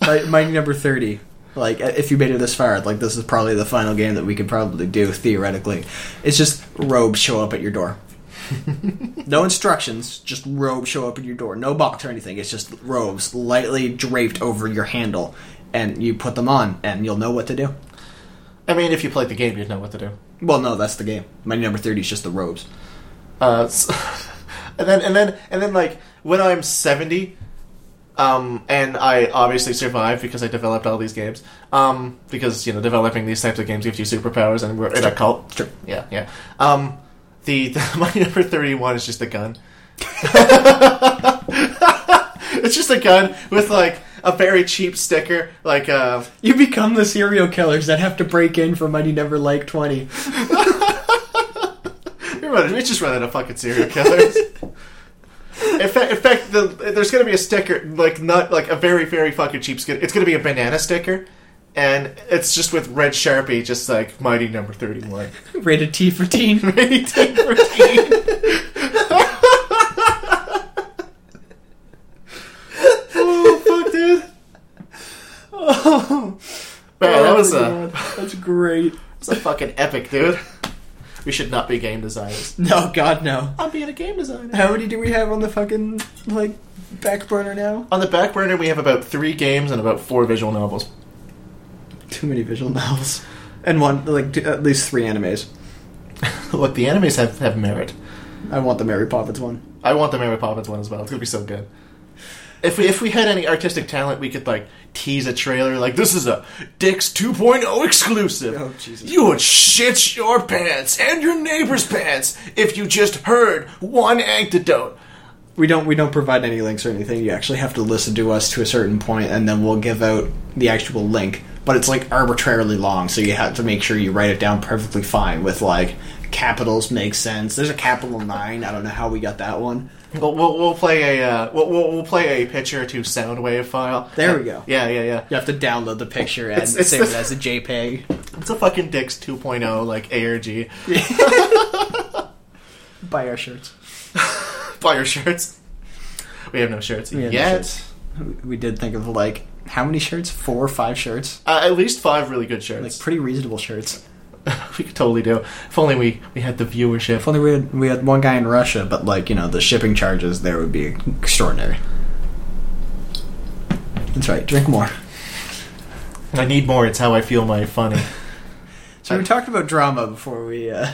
B: my, my number thirty. Like uh, if you made it this far, like this is probably the final game that we could probably do theoretically. It's just robes show up at
A: [LAUGHS]
B: your door. no instructions, just robes show up at your door. No box or anything. It's just robes lightly draped over your handle, and you put them on, and you'll know what to do.
A: I mean, if you played the game, you'd know what to do.
B: Well, no, that's the game. My number thirty is just the robes.
A: Uh, s- [LAUGHS] and then and then and then like when I'm seventy, um, and I obviously survived because I developed all these games. Um, because you know developing these types of games gives you superpowers, and we're in a cult.
B: Sure.
A: Yeah, yeah. Um, the, [LAUGHS] the my number thirty-one is just a gun. [LAUGHS] it's just a gun with like a very cheap sticker, like uh,
B: You become the serial killers that have to break in for money never like twenty. [LAUGHS]
A: You're running, we just run out of fucking serial [LAUGHS] killers. in fact, in fact, the, there's going to be a sticker like not like a very very fucking cheap skin. It's going to be a banana sticker, and it's just with red sharpie, just like mighty number thirty [LAUGHS] one.
B: Rated T for teen.
A: [LAUGHS] oh fuck,
B: [LAUGHS]
A: dude!
B: Oh,
A: Man, that was
B: my
A: a
B: God. that's great.
A: that's a fucking epic, dude. We should not be game designers.
B: No, God, no.
A: I'm being a game designer.
B: How many do we have on the fucking like back burner now?
A: On the back burner, we have about three games and about four visual novels.
B: Too many visual novels, and one like t- at least three animes.
A: [LAUGHS] Look, the animes have, have merit.
B: I want the Mary Poppins one.
A: I want the Mary Poppins one as well. It's gonna be so good. If we if we had any artistic talent, we could like tease a trailer like this is a Dix 2.0 exclusive.
B: Oh, Jesus.
A: You would shit your pants and your neighbor's pants if you just heard one antidote.
B: We don't we don't provide any links or anything. You actually have to listen to us to a certain point, and then we'll give out the actual link. But it's like arbitrarily long, so you have to make sure you write it down perfectly fine with like capitals make sense. There's a capital nine. I don't know how we got that one.
A: We'll, we'll, we'll play a uh, we'll, we'll, we'll play a picture to sound wave file.
B: There we go.
A: Yeah, yeah, yeah.
B: You have to download the picture and
A: It's- it's
B: save it
A: the-
B: as a E JPEG.
A: It's a fucking Dix 2.0 oh, like ARG.
B: Buy our shirts.
A: Buy your shirts. We have no shirts
B: have no
A: yet.
B: shirts. We did think of like how many shirts? Four or five shirts?
A: Uh, at least five really good shirts.
B: Like pretty reasonable shirts.
A: [LAUGHS] we could totally do. If only we, we had the viewership.
B: If only we had we had one guy in Russia, but like you know the shipping charges there would be extraordinary. That's right. Drink more.
A: I need more. It's how I feel my funny.
B: So we talked about drama before we uh,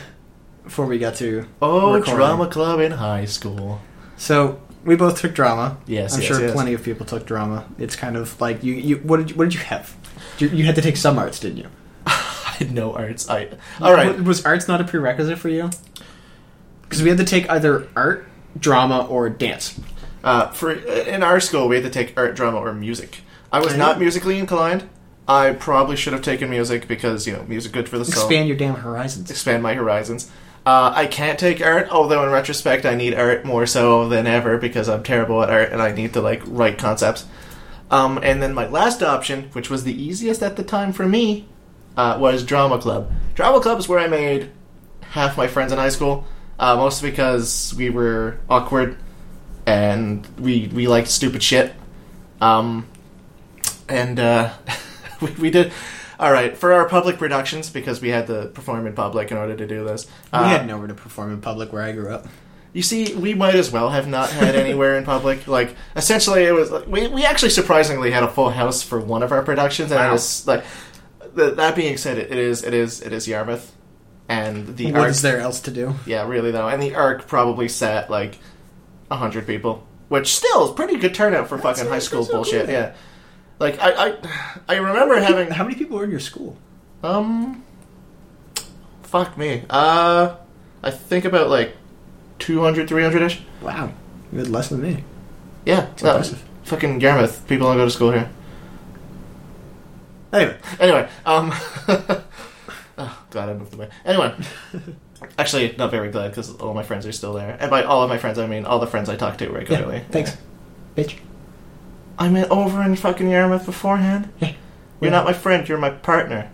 B: before we got to
A: [LAUGHS] Oh,
B: recording.
A: drama club in high school.
B: So we both took drama.
A: Yes,
B: I'm
A: yes,
B: sure
A: yes.
B: plenty of people took drama. It's kind of like you you what did you, what did you have? You, you had to take some arts, didn't you?
A: [LAUGHS] I had no arts. [LAUGHS] I all right.
B: W- Was arts not a prerequisite for you? Because we had to take either art, drama, or dance.
A: Uh, for in our school, we had to take art, drama, or music. I was
B: I
A: not
B: know.
A: musically inclined. I probably should have taken music because you know music good for the soul.
B: Expand your damn horizons.
A: expand my horizons. Uh, I can't take art, although in retrospect, I need art more so than ever because I'm terrible at art and I need to like write concepts. Um, and then my last option, which was the easiest at the time for me, uh, was drama club. Drama club is where I made half my friends in high school, uh, mostly because we were awkward and we we liked stupid shit. Um, and uh, [LAUGHS] we, we did all right for our public productions because we had to perform in public in order to do this. Uh,
B: we had nowhere to perform in public where I grew up.
A: You see, we might as well have not had anywhere in public. [LAUGHS] Like essentially, it was like, we we actually surprisingly had a full house for one of our productions, and it
B: Wow.
A: was like th- that. Being said, it, it is it is it is Yarmouth, and the
B: What is
A: arc,
B: there else to do?
A: yeah, really though, and the arc probably sat like hundred people, which still is pretty good turnout for fucking
B: not-
A: high school
B: that's not
A: bullshit.
B: good.
A: Yeah, like I I I remember having
B: How many people were in your school?
A: um, fuck me. Uh, I think about like 200, 300 ish.
B: Wow, you had less than me.
A: Yeah,
B: It's
A: no,
B: impressive.
A: fucking Yarmouth. People don't go to school here.
B: [LAUGHS] Anyway,
A: Anyway, um, [LAUGHS] oh, glad I moved away. Anyway, actually, not very glad because all my friends are still there, and by all of my friends, I mean all the friends I talk to
B: yeah,
A: regularly.
B: thanks, bitch.
A: I met over in fucking Yarmouth beforehand.
B: Yeah.
A: You're not my friend. You're my partner.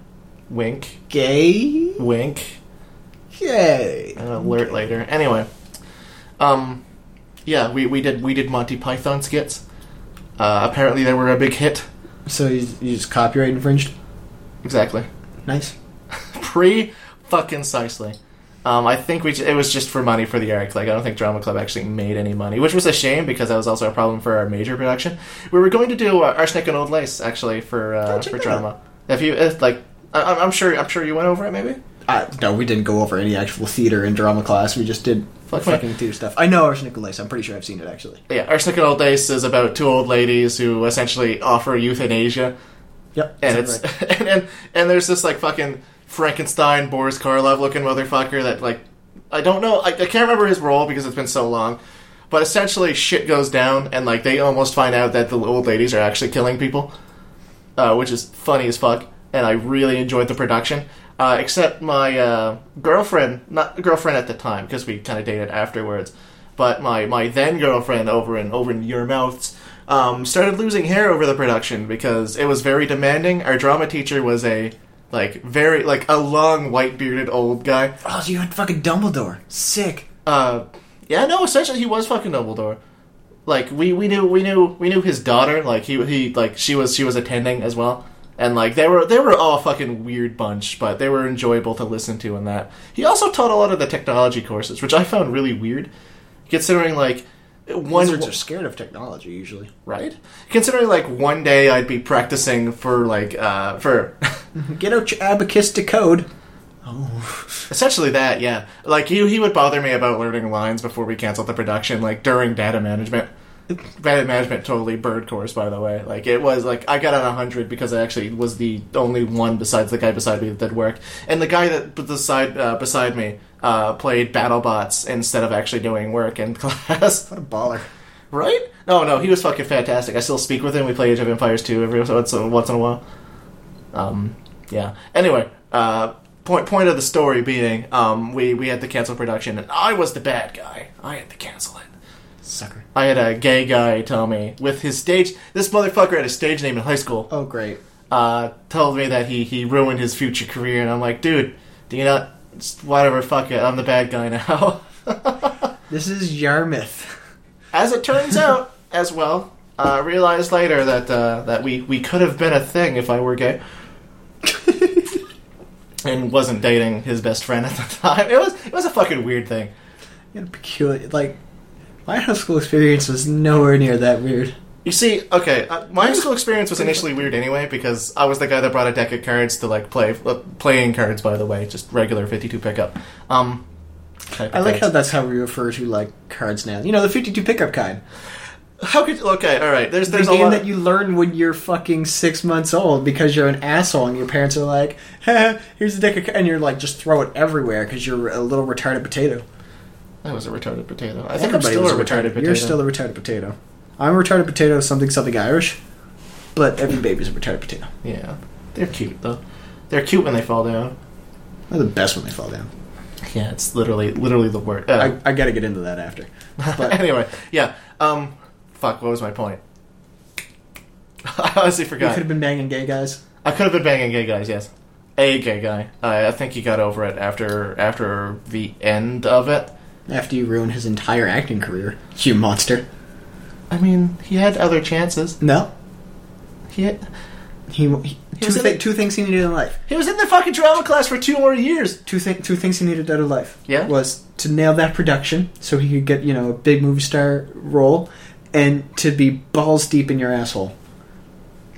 A: Wink,
B: Gay,
A: wink.
B: gay.
A: An alert later. Anyway, um, yeah, we, we did we did Monty Python skits. Uh, apparently, they were a big hit.
B: So you, you just copyright infringed?
A: Exactly.
B: Nice.
A: pre fucking precisely. Um, I think we j- it was just for money for the arc. Like I don't think Drama Club actually made any money, which was a shame because that was also a problem for our major production. We were going to do uh, Arsenic and Old Lace actually for uh,
B: Oh, check
A: for
B: that
A: drama. If you if, like, I, I'm- I'm sure I'm sure you went over it maybe.
B: Uh, no, we didn't go over any actual theater in drama class. We just did
A: Fuck me.
B: fucking theater stuff. I know Arsenic and Lace. I'm pretty sure I've seen it actually.
A: Yeah, Arsenic and Old Lace is about two old ladies who essentially offer euthanasia,
B: Yep.
A: and
B: that's
A: it's [LAUGHS] and, and and there's this like fucking Frankenstein Boris Karloff looking motherfucker that like I don't know I, I can't remember his role because it's been so long, but essentially shit goes down and like they almost find out that the old ladies are actually killing people, uh, which is funny as fuck, and I really enjoyed the production. Uh, except my uh, girlfriend, not girlfriend at the time because we kind of dated afterwards, but my my then girlfriend over in over in your mouths. Um, started losing hair over the production because it was very demanding. Our drama teacher was a like very like a long white bearded old guy.
B: right. Oh, you had fucking Dumbledore. Sick.
A: Uh, yeah, no. Essentially, he was fucking Dumbledore. Like we, we knew we knew we knew his daughter. Like he he like she was she was attending as well, and like they were they were all a fucking weird bunch, but they were enjoyable to listen to. And that he also taught a lot of the technology courses, which I found really weird, considering like one
B: Wizards are scared of technology usually.
A: right? Considering like one day I'd be practicing for like uh, for [LAUGHS]
B: Get out your abacus to code. Oh.
A: essentially that, yeah. Like he he would bother me about learning lines before we canceled the production, like during data management. Data management totally bird course, by the way. Like it was like I got on hundred because I actually was the only one besides the guy beside me that did work, and the guy that b- beside uh, beside me uh, played BattleBots instead of actually doing work in [LAUGHS] class.
B: What a baller.
A: Right? No, no, he was fucking fantastic. I still speak with him. We play Age of Empires 2 every so once, once in a while. Um, yeah. Anyway, uh, point point of the story being, um, we we had to cancel production, and I was the bad guy. I had to cancel it.
B: Sucker.
A: I had a gay guy tell me with his stage. This motherfucker had a stage name in high school.
B: Oh, great.
A: Uh, told me that he he ruined his future career, and I'm like, dude, do you not? Just, whatever, fuck it. I'm the bad guy now. [LAUGHS]
B: This is Yarmouth. [LAUGHS]
A: as it turns out, as well, uh, realized later that uh, that we we could have been a thing if I were gay. and wasn't dating his best friend at the time. It was it was a fucking weird thing.
B: You had a peculiar. Like, my high school experience was nowhere near that weird.
A: You see, okay, uh, my high school experience was initially weird anyway because I was the guy that brought a deck of cards to like play uh, playing cards. By the way, just regular fifty-two pickup. Um,
B: I like how that's how we refer to, like, cards now. You know, the 52 pickup kind.
A: how could okay, all right. There's there's
B: the
A: a
B: game
A: lot
B: that you learn when you're fucking six months old because you're an asshole and your parents are like, [LAUGHS] "Haha, here's a deck of ca-" and you're like, just throw it everywhere because you're a little retarded potato.
A: I was a retarded potato. I think I'm still
B: was
A: a retarded potato.
B: You're still a retarded potato. I'm a retarded potato, something something Irish, but every baby's a retarded potato.
A: yeah. They're cute though. They're cute when they fall down.
B: They're the best when they fall down.
A: Yeah, it's literally literally the word. Uh,
B: I, I gotta get into
A: [LAUGHS]
B: that after.
A: but anyway, yeah. Um, fuck. What was my point? [LAUGHS] I honestly
B: You
A: forgot.
B: could have been banging gay guys.
A: I could have been banging gay guys. Yes, a gay guy. I I think he got over it after after the end of it.
B: After you ruin his entire acting career, you monster.
A: I mean, he had other chances.
B: No,
A: He had,
B: he, he two,
A: was in
B: thi-
A: it.
B: two things he needed in life.
A: he was in the fucking drama class for two more years.
B: two thi- two things he needed out of life.
A: Yeah?
B: was to nail that production so he could get you know a big movie star role, and to be balls deep in your asshole.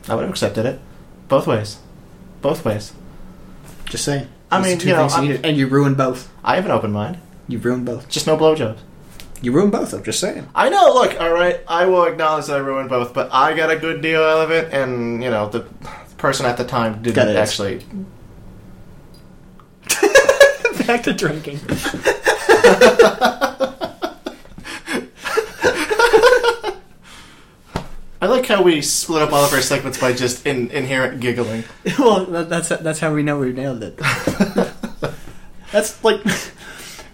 A: I would have accepted it, both ways, both ways.
B: Just saying.
A: I
B: Those
A: mean,
B: are two
A: you know,
B: things he
A: I-
B: needed, and you ruined both.
A: I have an open mind.
B: You ruined both.
A: Just no blowjobs.
B: You ruined both. I'm just
A: [LAUGHS]
B: saying.
A: I know. Look, all right, I will acknowledge that I ruined both, but I got a good deal out of it, and you know the the person at the time
B: Got
A: didn't
B: it.
A: actually.
B: Back to drinking.
A: I like how we split up all of our segments by just in, inherent giggling.
B: [LAUGHS] well, that, that's that's how we know we nailed it. [LAUGHS] that's like. [LAUGHS]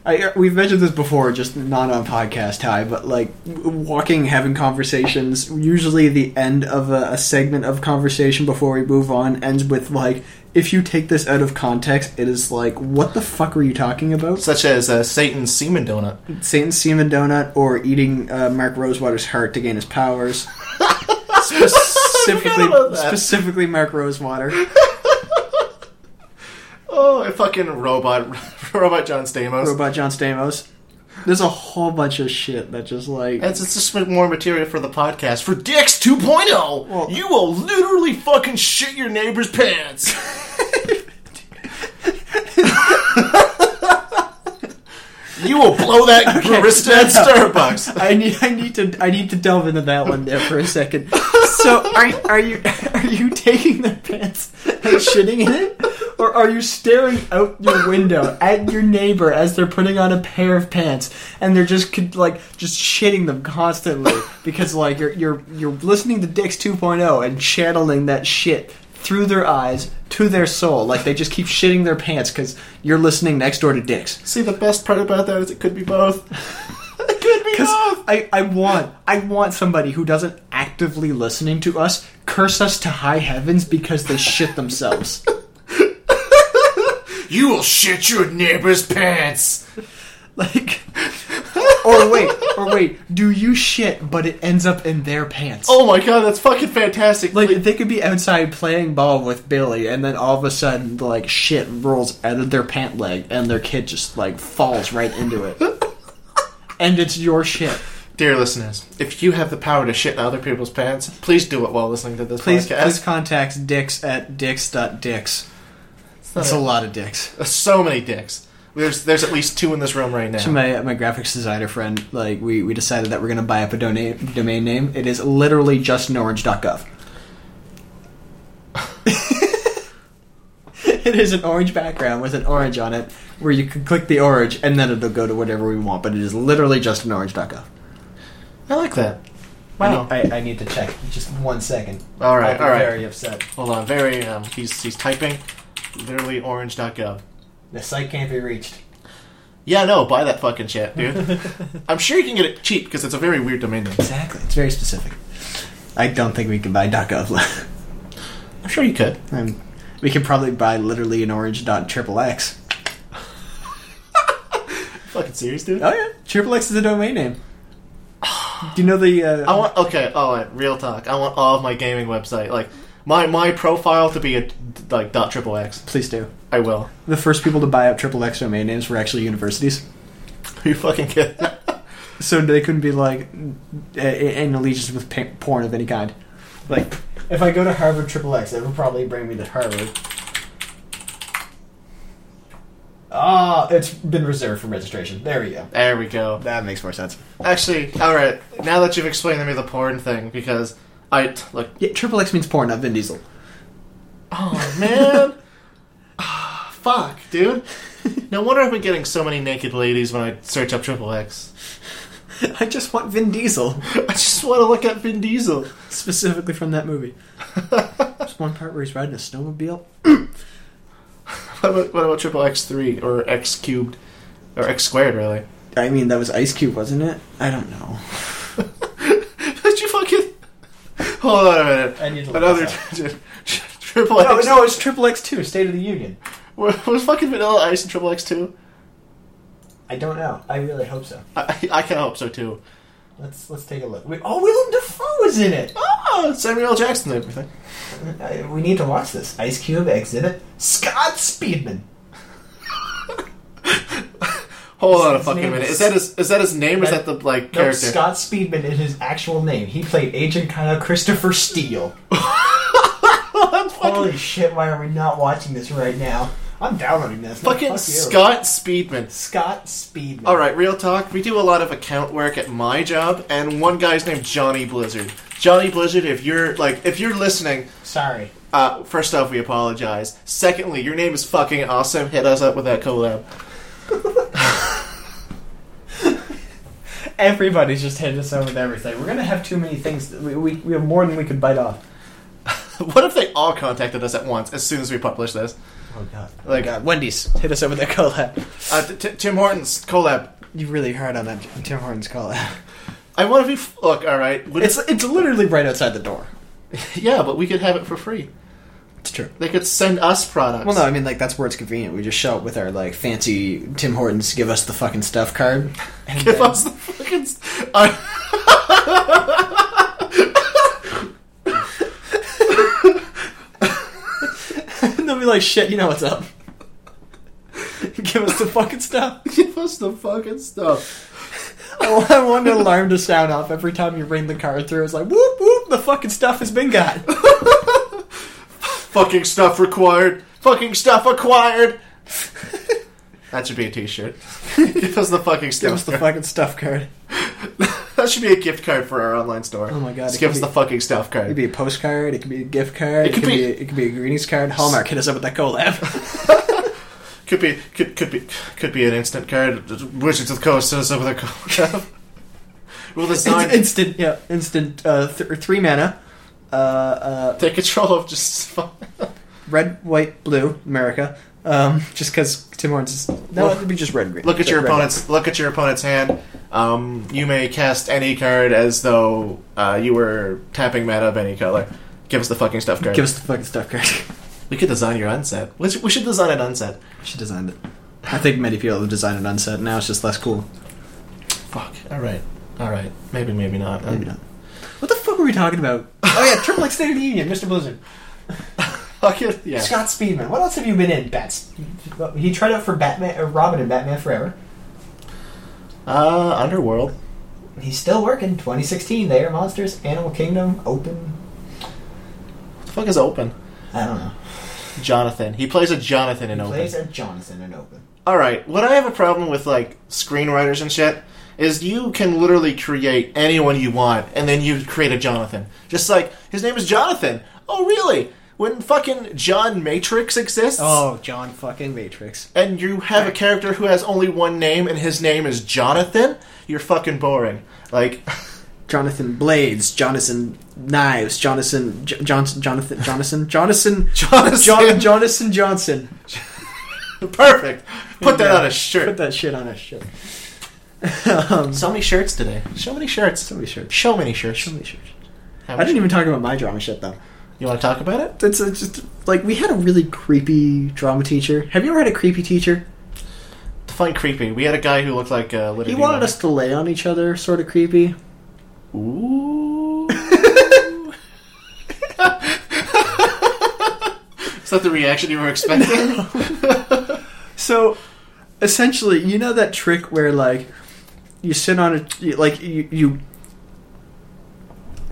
B: I, we've mentioned this before, just not on podcast high, but like w- walking, having conversations. Usually, the end of a, a segment of conversation before we move on ends with like, if you take this out of context, it is like, what the fuck were you talking about?
A: Such as uh, Satan's semen donut.
B: Satan's semen donut or eating uh, Mark Rosewater's heart to gain his [LAUGHS] powers. specifically,
A: about that.
B: specifically Mark Rosewater.
A: Oh, a fucking robot, [LAUGHS] robot John Stamos.
B: Robot John Stamos. There's a whole bunch of shit that just like
A: It's, it's just more material for the podcast. For Dix 2.0,
B: Well-
A: oh, you will literally fucking shit your neighbor's [LAUGHS] pants. you will blow that barista at Starbucks.
B: I need I need to I need to delve into that one there for a second. So are are you are you taking their pants and shitting in it, or are you staring out your window at your neighbor as they're putting on a pair of pants and they're just con- like just shitting them constantly because like you're you're you're listening to Dix 2.0 and channeling that shit through their eyes to their soul like they just keep shitting their pants because you're listening next door to Dix.
A: [LAUGHS] See, the best part about that is it could be both. [LAUGHS] it could [LAUGHS] be
B: Because
A: both.
B: I, I want I want somebody who doesn't actively listening to us curse us to high heavens because they shit themselves.
A: You will shit your neighbor's pants.
B: like Or wait, or wait, do you shit but it ends up in their pants?
A: Oh my god, that's fucking fantastic.
B: Like they could be outside playing ball with Billy and then all of a sudden like shit rolls out of their pant leg and their kid just like falls right into it. and it's your shit.
A: Dear listeners, if you have the power to shit in other people's pants, please do it while listening to this
B: Please,
A: podcast.
B: please contact dicks at dicks.dicks. That's a lot of dicks.
A: So many dicks. There's there's at least two in this room right now.
B: To my my graphics designer friend, like we, we decided that we're gonna buy up a dona- domain name. It is literally just orange.gov. [LAUGHS] it is an orange background with an orange on it, where you can click the orange and then it'll go to whatever we want. But it is literally just an orange.gov.
A: I like that. Wow.
B: I, need, I, I need to check just one second.
A: all
B: I'll
A: right,
B: be
A: all right.
B: Very upset.
A: Hold on, very. Um, he's he's typing. Literally orange.gov.
B: The site can't be reached.
A: Yeah, no, buy that fucking shit, [LAUGHS] dude. I'm sure you can get it cheap because it's a very weird domain name.
B: Exactly. It's very specific. I don't think we can buy .gov. [LAUGHS]
A: I'm sure you could.
B: Um, we could probably buy literally an orange dot triple X.
A: Fucking serious, dude.
B: Oh yeah, triple X is a domain name. Do you know the? Uh,
A: I want okay. All right, real talk. I want all of my gaming website, like my my profile, to be a like dot triple X.
B: please do.
A: I will. [LAUGHS]
B: The first people to buy up triple X domain names were actually universities,
A: Are you fucking [LAUGHS] kidding?
B: so they couldn't be like uh, in allegiance with pa- porn of any kind. Like, if I go to Harvard triple X, it will probably bring me to Harvard. Ah, it's been reserved for registration. There we go.
A: there we go.
B: That makes more sense.
A: Actually, all right. Now that you've explained to me the porn thing, because I look.
B: Yeah, triple X means porn, not Vin Diesel. [LAUGHS]
A: Oh [LAUGHS] man. Ah, Fuck, dude. No wonder I've been getting so many naked ladies when I search up triple X.
B: I just want Vin Diesel.
A: I just want to look at Vin Diesel.
B: specifically from that movie. [LAUGHS] There's one part where he's riding a snowmobile.
A: What about- what about triple X three or X cubed or X squared? Really?
B: I mean, that was Ice Cube, wasn't it? I don't know.
A: [LAUGHS] Did you fucking? Hold on a minute.
B: I need to look
A: Another [LAUGHS]
B: this
A: triple
B: No,
A: X.
B: no, it's Triple X Two, State of the Union.
A: Was fucking Vanilla Ice and triple X two?
B: I don't know. I really hope so.
A: I I kind of hope so too.
B: Let's let's take a look. We, oh, Willem Dafoe is in it.
A: Oh, Samuel L. Jackson and everything.
B: I, we need to watch this. Ice Cube exhibit. Scott Speedman.
A: Hold
B: His-
A: on a
B: his
A: fucking
B: name
A: minute.
B: is-
A: Is that his? Is that his name? or Is that the like
B: No,
A: character? [LAUGHS]
B: Scott Speedman is his actual name. He played Agent Kyle
A: [LAUGHS]
B: Christopher Steele. Holy shit! Why are we not watching this right now? I'm downloading this.
A: fucking
B: Fuck you.
A: Scott Speedman.
B: Scott Speedman.
A: All right, real talk. We do a lot of account work at my job, and one guy's named Johnny Blizzard. Johnny Blizzard, if you're like, if you're listening,
B: Sorry.
A: uh, first off, we apologize. Secondly, your name is fucking awesome. Hit us up with that collab. [LAUGHS]
B: Everybody's just hitting us up with everything. We're gonna have too many things. We, we, we have more than we could bite off.
A: What if they all contacted us at once as soon as we publish this?
B: Oh god!
A: Like
B: Wendy's hit us up with that collab.
A: uh, T- T- Tim Hortons collab.
B: You really hard on that Tim Hortons collab.
A: I want to be f- look. All right, would-
B: [LAUGHS] It's it's literally right outside the door.
A: [LAUGHS] yeah, but we could have it for free.
B: It's true.
A: They could send us products.
B: Well, no, I mean like that's where it's convenient. We just show up with our like fancy Tim Hortons give us the fucking stuff [LAUGHS] card.
A: [LAUGHS]
B: And
A: Give
B: then-
A: us the fucking. St- [LAUGHS] I-
B: and [LAUGHS] they'll be like, shit, you know what's up. [LAUGHS] give us the fucking [LAUGHS] stuff.
A: give us the fucking stuff.
B: I, I want an alarm to sound off every time you ring the card through. It's like whoop whoop, the fucking stuff has been got.
A: Fucking stuff required. Fucking stuff
B: [LAUGHS]
A: acquired. that should be a T-shirt. give us the fucking stuff.
B: Give us the fucking stuff card.
A: that should be a gift card for our online store.
B: Oh my God,
A: Just
B: it
A: give
B: could
A: us
B: be-
A: the fucking stuff
B: It could
A: card.
B: be a postcard. It could be a gift card. It could, be, it could be a greetings card. Hallmark hit us up with that
A: [LAUGHS]
B: collab.
A: Could be could could be could be an instant card. Wizards of the Coast sends us up with a
B: [LAUGHS]
A: code. we'll design
B: It's instant, yeah, instant uh, th- three mana, uh, uh,
A: take control of just. [LAUGHS] fu-
B: red, white, blue, America. Um, just because Tim Hortons is no, it'd be just red and green.
A: Look at your
B: Red-
A: opponent's look at your opponent's hand. Um, you may cast any card as though uh, you were tapping mana of any color. Give us the fucking stuff
B: red.
A: card.
B: Give us the fucking stuff card. [LAUGHS]
A: we could design your unset. We should, we should design an unset.
B: she designed it. I think many people have designed it unset. Now it's just less cool.
A: Fuck. All right. All right. Maybe. Maybe not.
B: Maybe not. What the fuck were we talking about? Oh yeah, Triple X State of the Union, Mr. Blizzard.
A: [LAUGHS] Fuck it. Yeah.
B: Scott Speedman. What else have you been in? Bats. He tried out for Batman, uh, Robin, and Batman Forever.
A: Uh, Underworld.
C: he's still working. 2016, They Are Monsters, Animal Kingdom, Open.
A: What the fuck is Open?
C: I don't know.
A: Jonathan. He plays a Jonathan in
C: He
A: Open.
C: plays a Jonathan in Open.
A: All right. What I have a problem with, like screenwriters and shit, is you can literally create anyone you want, and then you create a Jonathan. Just like his name is Jonathan. Oh, really? When fucking John Matrix exists,
B: Oh, John fucking Matrix.
A: and you have a character who has only one name, and his name is Jonathan, you're fucking boring. Like, [LAUGHS]
B: Jonathan Blades, Jonathan Knives, Jonathan J- Johnson, Jonathan Jonathan Jonathan
A: Jonathan.
B: John, Jonathan Johnson.
A: perfect. Put that
B: Yeah.
A: on a
B: Put
A: shirt.
B: that shit [LAUGHS] on a shirt. um,
A: So many shirts today. So many shirts.
B: so many shirts.
A: So many shirts.
B: So many shirts.
A: How
B: I
A: many
B: didn't even talk about my drama shit though.
A: You want to talk about it?
B: That's uh, just like we had a really creepy drama teacher. Have you ever had a creepy teacher?
A: Define creepy. We had a guy who looked like uh,
B: He wanted us to lay on each other, sort of creepy.
A: Ooh. [LAUGHS] Is that the reaction you were expecting?
B: So, essentially, you know that trick where like you sit on a you- like you, you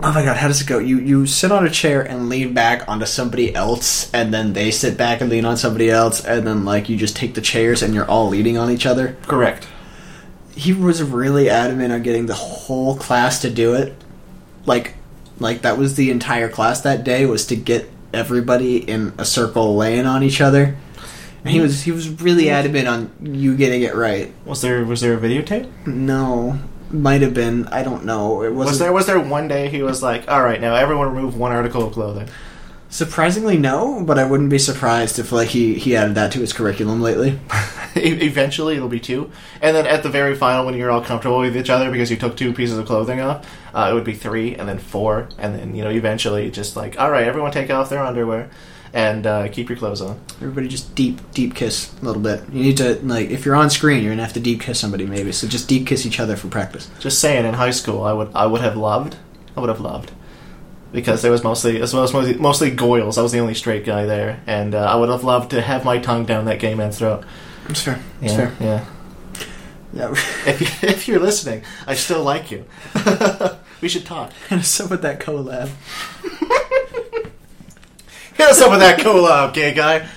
B: oh my god, how does it go? You you sit on a chair and lean back onto somebody else, and then they sit back and lean on somebody else, and then like you just take the chairs and you're all leaning on each other.
A: Correct.
B: He was really adamant on getting the whole class to do it. Like like that was the entire class that day was to get everybody in a circle laying on each other. And he was he was really adamant on you getting it right.
A: Was there was there a videotape?
B: No, might have been. I don't know. It wasn't.
A: Was there was there one day he was like, "All right, now everyone remove one article of clothing."
B: Surprisingly, no. But I wouldn't be surprised if like he he added that to his curriculum lately.
A: [LAUGHS] E- Eventually, it'll be two, and then at the very final, when you're all comfortable with each other because you took two pieces of clothing off, uh, it would be three, and then four, and then you know eventually just like, "All right, everyone take off their underwear and uh, keep your clothes on."
B: Everybody just deep deep kiss a little bit. You need to like if you're on screen, you're gonna have to deep kiss somebody maybe. So just deep kiss each other for practice.
A: Just saying, in high school, I would I would have loved, I would have loved, because there was mostly as well as mostly, mostly goyles. I was the only straight guy there, and uh, I would have loved to have my tongue down that gay man's throat.
B: That's fair.
A: Yeah,
B: That's fair.
A: yeah.
B: Yeah. [LAUGHS]
A: If you, [LAUGHS] if you're listening, I still like you. [LAUGHS] we should talk.
B: and so with that collab.
A: Hit us up with that cola, gay guy.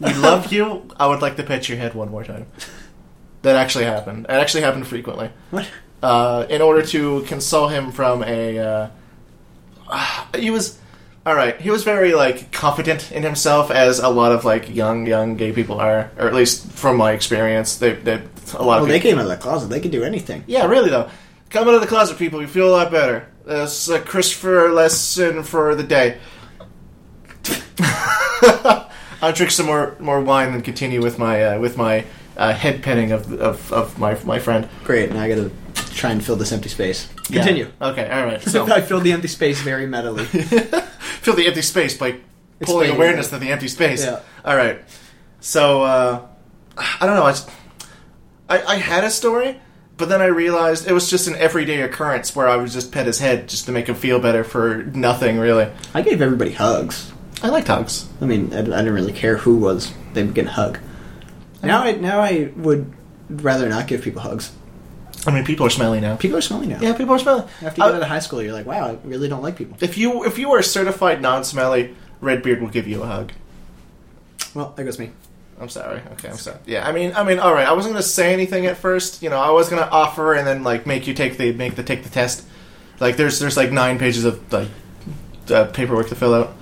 A: We love you. I would like to pet your head one more time. That actually happened. It actually happened frequently.
B: What?
A: uh, in order to console him from a. Uh, ah, he was all right. He was very like confident in himself, as a lot of like young young gay people are, or at least from my experience, they, they a lot
B: Well,
A: of
B: Oh, they
A: people.
B: came out of the closet. They could do anything.
A: yeah, really though. Come out of the closet, people. You feel a lot better. That's a Christopher lesson for the day. [LAUGHS] I'll drink some more more wine and continue with my uh, with my uh, head petting of, of of my my friend.
B: Great. Now I gotta try and fill this empty space.
A: Yeah.
B: Continue. [LAUGHS]
A: Okay. All right. So
B: I filled the empty space very mentally. [LAUGHS]
A: fill the empty space by pulling
B: Explaining
A: awareness
B: it.
A: to the empty space.
B: Yeah.
A: All right. So uh, I don't know. I, just- I I had a story, but then I realized it was just an everyday occurrence where I would just pet his head just to make him feel better for nothing really.
B: I gave everybody hugs.
A: I like hugs.
B: I mean, I, I didn't really care who was. They would get a hug. Now I now I would rather not give people hugs.
A: I mean, people are smelly now.
B: People are smelly now.
A: Yeah, people are smelly.
B: After you
A: I-
B: get out of high school, you're like, wow, I really don't like people.
A: if you if you are certified non-smelly, Redbeard will give you a hug.
B: Well, there goes me.
A: I'm sorry. Okay, I'm sorry. Yeah, I mean, I mean, all right. I wasn't gonna say anything at first. You know, I was gonna offer and then like make you take the make the take the test. Like, there's there's like nine pages of like uh, paperwork to fill out.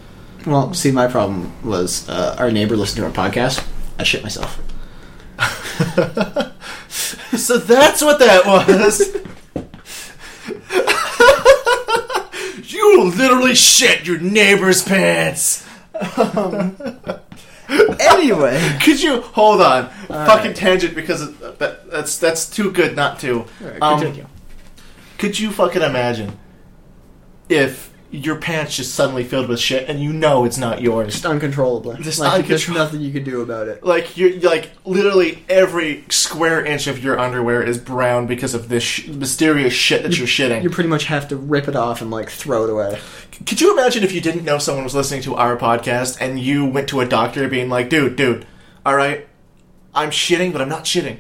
B: Well, see, my problem was uh, our neighbor listened to our podcast. I shit myself.
A: [LAUGHS] So that's what that [LAUGHS] was. you literally shit your neighbor's pants.
B: Anyway,
A: Could you hold on? Fucking
B: right.
A: tangent because of- that, that's that's too good not to. Um,
B: continue.
A: Could you fucking imagine if your pants just suddenly filled with shit and you know it's not yours?
B: just uncontrollably.
A: Just
B: like, there's
A: uncontroll-
B: nothing you could do about it.
A: Like you're like literally every square inch of your underwear is brown because of this sh- mysterious shit that you're shitting.
B: You pretty much have to rip it off and like throw it away.
A: Could you imagine if you didn't know someone was listening to our podcast and you went to a doctor being like, "Dude, dude, all right, I'm shitting, but I'm not shitting."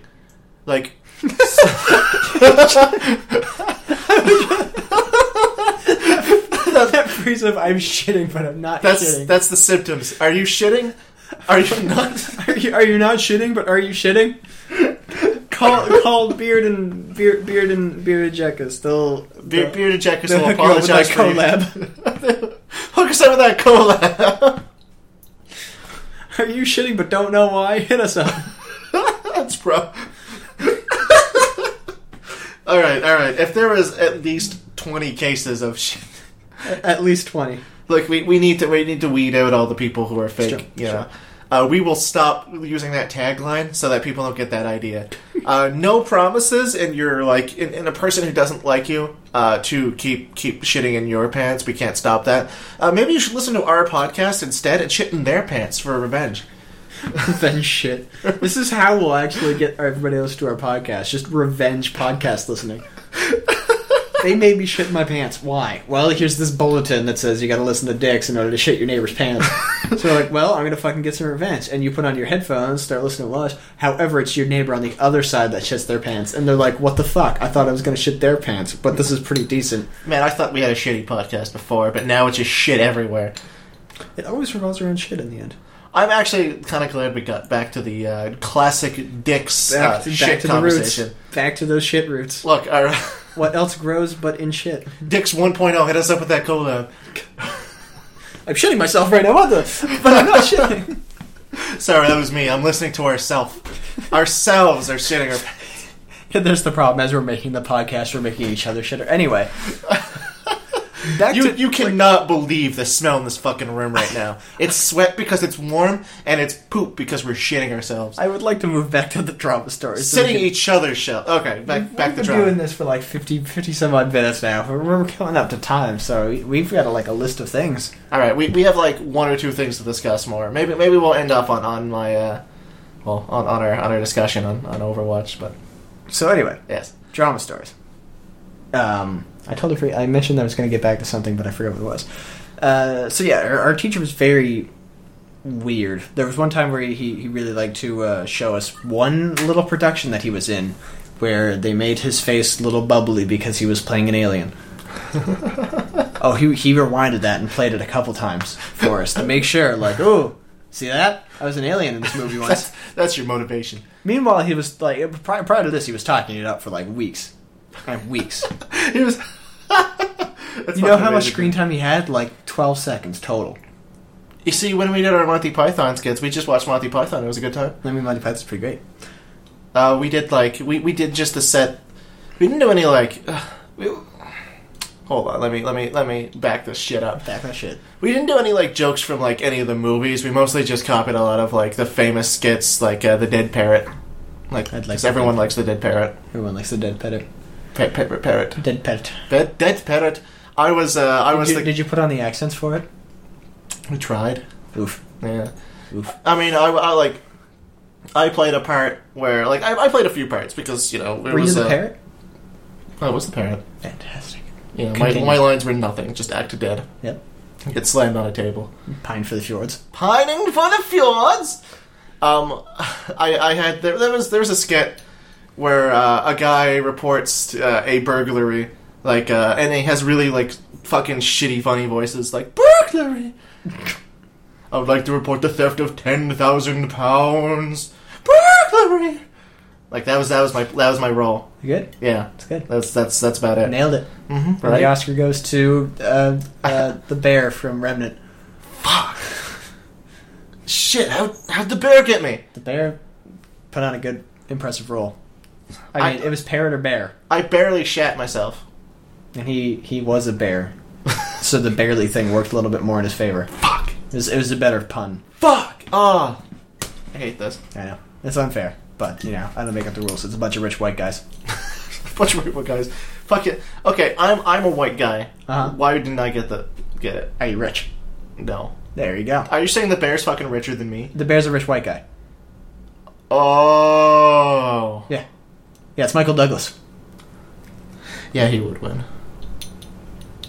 A: Like
B: [LAUGHS] that freeze of I'm shitting, but I'm not
A: That's
B: shitting.
A: that's the symptoms. Are you shitting? Are you not?
B: are you are you not shitting? But are you [LAUGHS] shitting? call call beard and beard beard and bearded Jack is still
A: Be- Bearded Jack is
B: They'll
A: will
B: hook you up with that
A: apologize for you. [LAUGHS] Hook us up with that collab. [LAUGHS]
B: Are you shitting but don't know why? Hit us [LAUGHS] up.
A: That's bro. [LAUGHS] all right, all right. If there was at least twenty cases of shit,
B: At least twenty.
A: look, we, we need to we need to weed out all the people who are fake.
B: Sure,
A: you know. Uh, we will stop using that tagline so that people don't get that idea. Uh, no promises, and you're like, in, in a person who doesn't like you uh, to keep keep shitting in your pants. We can't stop that. Uh, maybe you should listen to our podcast instead and shit in their pants for revenge.
B: [LAUGHS] Revenge shit. This is how we'll actually get everybody else to our podcast. Just revenge podcast listening. They made me shit my pants. Why? Well, here's this bulletin that says you gotta listen to dicks in order to shit your neighbor's pants. so we're like, well, I'm gonna fucking get some revenge. And you put on your headphones, start listening to us. However, it's your neighbor on the other side that shits their pants. And they're like, what the fuck? I thought I was gonna shit their pants, but this is pretty decent.
A: Man, I thought we had a shitty podcast before, but now it's just shit everywhere.
B: It always revolves around shit in the end.
A: I'm actually kind of glad we got back to the uh, classic dicks uh,
B: Back, to,
A: shit
B: back to the
A: conversation.
B: roots. Back to those shit roots.
A: Look, our [LAUGHS]
B: What else grows but in shit?
A: dicks 1.0 hit us up with that collab.
B: I'm shitting myself right now, what the? But
A: [LAUGHS]
B: I'm not shitting.
A: Sorry, that was me. I'm listening to ourself. Ourselves are shitting
B: [LAUGHS]
A: our.
B: There's the problem. As we're making the podcast, we're making each other shitter. Anyway, back
A: You
B: to
A: you cannot believe the smell in this fucking room right now. It's sweat because it's warm, and it's poop because we're shitting ourselves.
B: I would like to move back to the drama story. so we
A: Sitting
B: can-
A: each other's shell. Okay, back back to
B: We've been doing
A: drama.
B: this for like 50, 50 some odd minutes now. We're, we're coming up to time, so we, we've got a, like a list of things.
A: All right, we, we have like one or two things to discuss more. Maybe maybe we'll end up on on my uh, well on, on our on our discussion on, on Overwatch, but
B: So anyway,
A: yes.
B: drama stories. Um, I totally forgot. I mentioned that I was going to get back to something, but I forgot what it was. Uh, so yeah, our, our teacher was very weird. There was one time where he, he really liked to uh, show us one little production that he was in, where they made his face little bubbly because he was playing an [LAUGHS] alien. oh, he he rewinded that and played it a couple times for us to make sure. Like, oh, see that? I was an alien in this [LAUGHS] movie once.
A: That's, [LAUGHS] that's your motivation. [LAUGHS]
B: Meanwhile, he was like prior, prior to this, he was talking it up for like weeks and [LAUGHS] weeks.
A: He was. [LAUGHS]
B: you know how much screen time he had? Like twelve seconds total.
A: You see, when we did our Monty Python skits, we just watched Monty Python. It was a good time.
B: I mean, Monty Python's pretty great.
A: Uh, we did like we, we did just the set. We didn't do any like. [SIGHS] Uh, we, hold on, let me let me let me back this shit up.
B: Back that shit.
A: We didn't do any like jokes from like any of the movies. We mostly just copied a lot of like the famous skits, like uh, the Dead Parrot. Like,
B: I'd like
A: 'cause
B: to
A: everyone
B: think-
A: likes the Dead Parrot.
B: Everyone likes the dead pet.
A: Parrot, parrot, parrot.
B: Dead pet.
A: Dead, dead parrot. I was uh, I was
B: Did you,
A: the.
B: did you put on the accents for it?
A: We tried.
B: Oof.
A: Yeah.
B: Oof.
A: I mean, I, I like. I played a part where, like, I, I played a few parts because you know it
B: Were you
A: was
B: the
A: uh,
B: parrot?
A: I was the parrot.
B: Fantastic.
A: Yeah, my,
B: Continue.
A: my lines were nothing, just acted dead.
B: Yep.
A: Get slammed on a table.
B: Pine for the fjords.
A: Pining for the fjords. Um, I, I had there, there was there was a skit where uh, a guy reports uh, a burglary, like, uh, and he has really like fucking shitty funny voices, like burglary. I would like to report the theft of ten thousand pounds. Burglary. Like that was that was my that was my role.
B: You good?
A: Yeah,
B: It's good.
A: that's that's that's about it.
B: Nailed it.
A: Mm-hmm,
B: And The Oscar goes to uh, [LAUGHS] uh, the bear from Remnant.
A: Fuck. Shit, how, how'd the bear get me?
B: The bear put on a good, impressive role. I
A: I-
B: mean, it was parrot or bear.
A: I barely shat myself.
B: and he he was a bear, so the barely thing worked a little bit more in his favor.
A: Fuck.
B: It was, it was a better pun.
A: Fuck. Oh. I hate [LAUGHS] this.
B: I know it's unfair, but you know I don't make up the rules. It's a bunch of rich white guys.
A: Bunch of people, guys. Fuck it. Okay, I'm I'm a white guy.
B: Uh-huh.
A: Why didn't I get the get it?
B: Are you rich?
A: No.
B: There you go.
A: Are you saying the bear's fucking richer than me?
B: The bear's a rich white guy.
A: Oh.
B: Yeah, yeah. It's Michael Douglas.
A: Yeah, he would [LAUGHS] win. Fuck.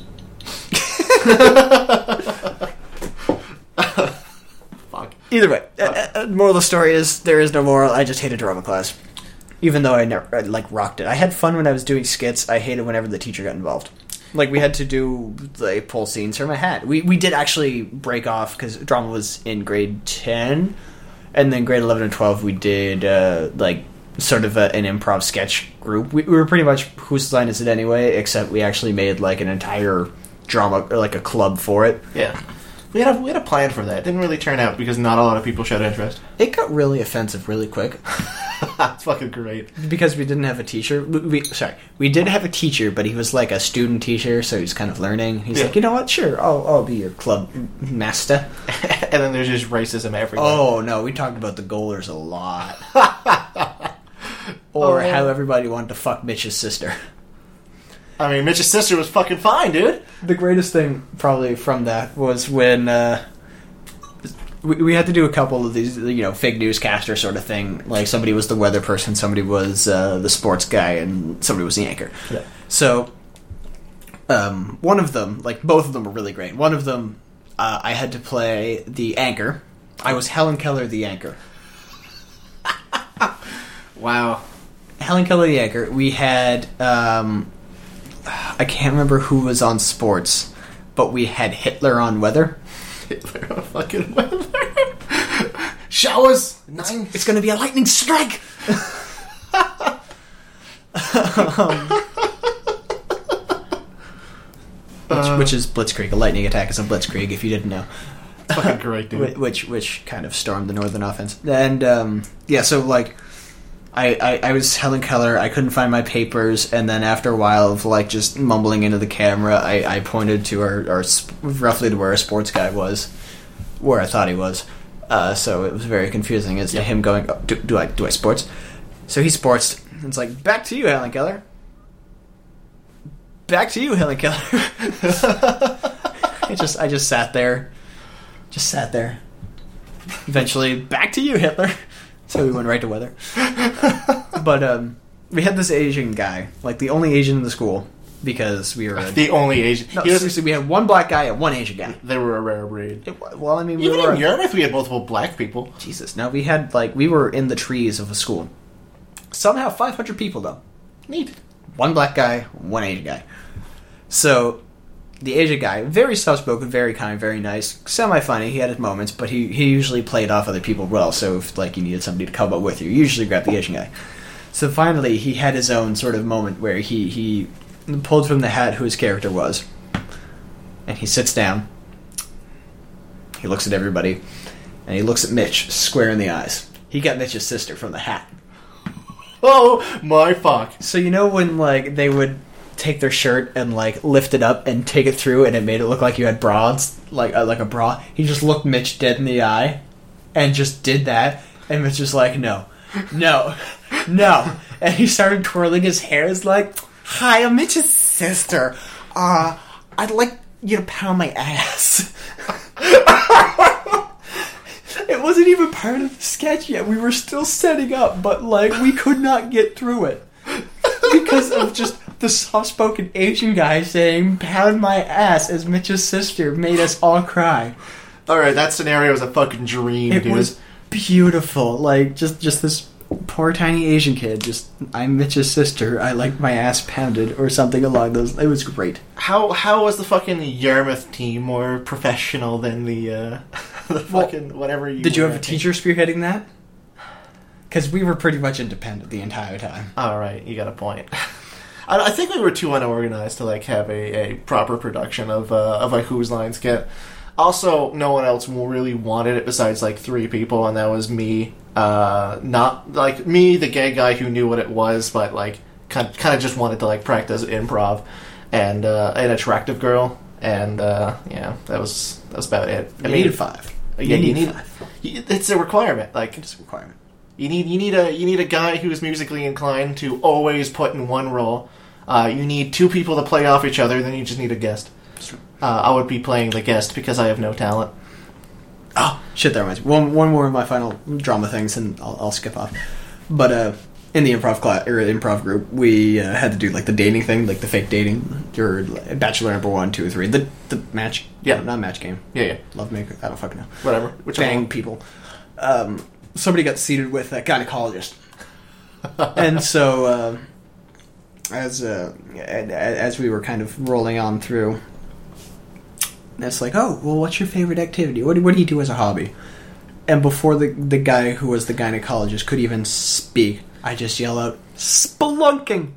B: uh, Either way, uh, uh, moral of the story is there is no moral. I just hated drama class. Even though I never I, like rocked it, I had fun when I was doing skits. I hated whenever the teacher got involved. Like we had to do the pull scenes from a hat. We we did actually break off because drama was in grade ten, and then grade eleven and twelve we did uh, like sort of a, an improv sketch group. We, we were pretty much whose line is it anyway? Except we actually made like an entire drama or like a club for it.
A: Yeah. We had a, we had a plan for that. It didn't really turn out because not a lot of people showed interest. [LAUGHS]
B: It got really offensive really quick [LAUGHS]
A: it's fucking [LAUGHS] great.
B: because we didn't have a teacher. We, we sorry, we did have a teacher, but he was like a student teacher, so he was kind of learning. He's
A: Yeah.
B: like, you know what? Sure, I'll I'll be your club master.
A: and then there's just racism everywhere.
B: [LAUGHS] Oh no, we talked about the goalers a lot. [LAUGHS] Or
A: Oh.
B: how everybody wanted to fuck Mitch's sister.
A: I mean, Mitch's sister was fucking fine, dude.
B: the greatest thing probably from that was when uh, we, we had to do a couple of these you know fake newscaster sort of thing like somebody was the weather person somebody was uh, the sports guy and somebody was the anchor
A: Yeah.
B: so um, one of them like both of them were really great one of them uh, i had to play the anchor i was helen keller the anchor
A: Wow.
B: Helen Keller the anchor. We had um, I can't remember who was on sports, but we had Hitler on weather.
A: Hitler on fucking weather. Showers. Nine.
B: It's going to be a lightning strike. Um, which, which is Blitzkrieg. A lightning attack is a Blitzkrieg. If you didn't know.
A: It's fucking great,
B: Whi-
A: dude.
B: which which kind of stormed the northern offense. And um, yeah, so like I, I I was Helen Keller. I couldn't find my papers, and then after a while of like just mumbling into the camera, I, I pointed to our our sp- roughly to where our sports guy was, where I thought he was. Uh, so it was very confusing as to him going, oh, do, do I do I sports? So he sports. It's like back to you, Helen Keller. Back to you, Helen Keller. [LAUGHS] I just I just sat there just sat there. Eventually, back to you, Hitler. So we went right to weather. But um, we had this Asian guy, like the only Asian in the school, because we were. A,
A: [LAUGHS] the only Asian.
B: no,
A: He was-
B: seriously, we had one black guy and one Asian guy.
A: they were a rare breed.
B: It, wa- well, I mean, we
A: Even
B: were
A: in Yarmouth, we had multiple black people.
B: Jesus. No, we had like we were in the trees of a school. Somehow, five hundred people though.
A: Neat.
B: one black guy, one Asian guy. So the Asian guy, very soft spoken, very kind, very nice, semi funny. He had his moments, but he, he usually played off other people well. So if like you needed somebody to come up with you, you usually grab the Asian guy. So finally, he had his own sort of moment where he he pulled from the hat who his character was, and he sits down. He looks at everybody, and he looks at Mitch square in the eyes. He got Mitch's sister from the hat.
A: Oh my fuck.
B: So you know when like they would take their shirt and like lift it up and take it through, and it made it look like you had bras, like uh, like a bra. He just looked Mitch dead in the eye, and just did that, and Mitch was like, "No, no, no," [LAUGHS] and he started twirling his hair. It's like, "Hi, I'm Mitch's sister. Uh, I'd like you to pound my ass." [LAUGHS] It wasn't even part of the sketch yet. We were still setting up, but like we could not get through it because of just the soft-spoken Asian guy saying "pound my ass" as Mitch's sister made us all cry.
A: All right, that scenario was a fucking dream,
B: It
A: dude.
B: was beautiful. Like just just this poor tiny Asian kid. Just I'm Mitch's sister. I like my ass pounded or something along those. It was great.
A: How how was the fucking Yarmouth team more professional than the uh, [LAUGHS] the fucking whatever you?
B: Did you
A: were
B: have a
A: at?
B: teacher spearheading that? Because we were pretty much independent the entire time.
A: All right, you got a point. [LAUGHS] I, I think we were too unorganized to like have a, a proper production of uh, of a Who's Line skit. Also, no one else really wanted it besides like three people, and that was me. Uh, not like me, the gay guy who knew what it was, but like kind kind of just wanted to like practice improv, and uh, an attractive girl, and uh, yeah, that was that was about it. I
B: You needed five.
A: Yeah, you need.
B: five.
A: you- It's a requirement. Like
B: It's a requirement.
A: you need you need a you need a guy who is musically inclined to always put in one role. Uh, you need two people to play off each other. Then you just need a guest. Uh, I would be playing the guest because I have no talent.
B: Oh shit, that reminds me. One one more of my final drama things, and I'll, I'll skip off. But uh, in the improv class or improv group, we uh, had to do like the dating thing, like the fake dating, or like, bachelor number one, two, or three, the the match.
A: Yeah.
B: no, not match game.
A: Yeah, yeah,
B: Love maker. I don't fucking know.
A: whatever. Which
B: Bang people. Um, somebody got seated with a gynecologist. [LAUGHS] and so uh, as uh, as we were kind of rolling on through, it's like, oh, well, what's your favorite activity? What do, what do you do as a hobby? And before the the guy who was the gynecologist could even speak, I just yell out, spelunking.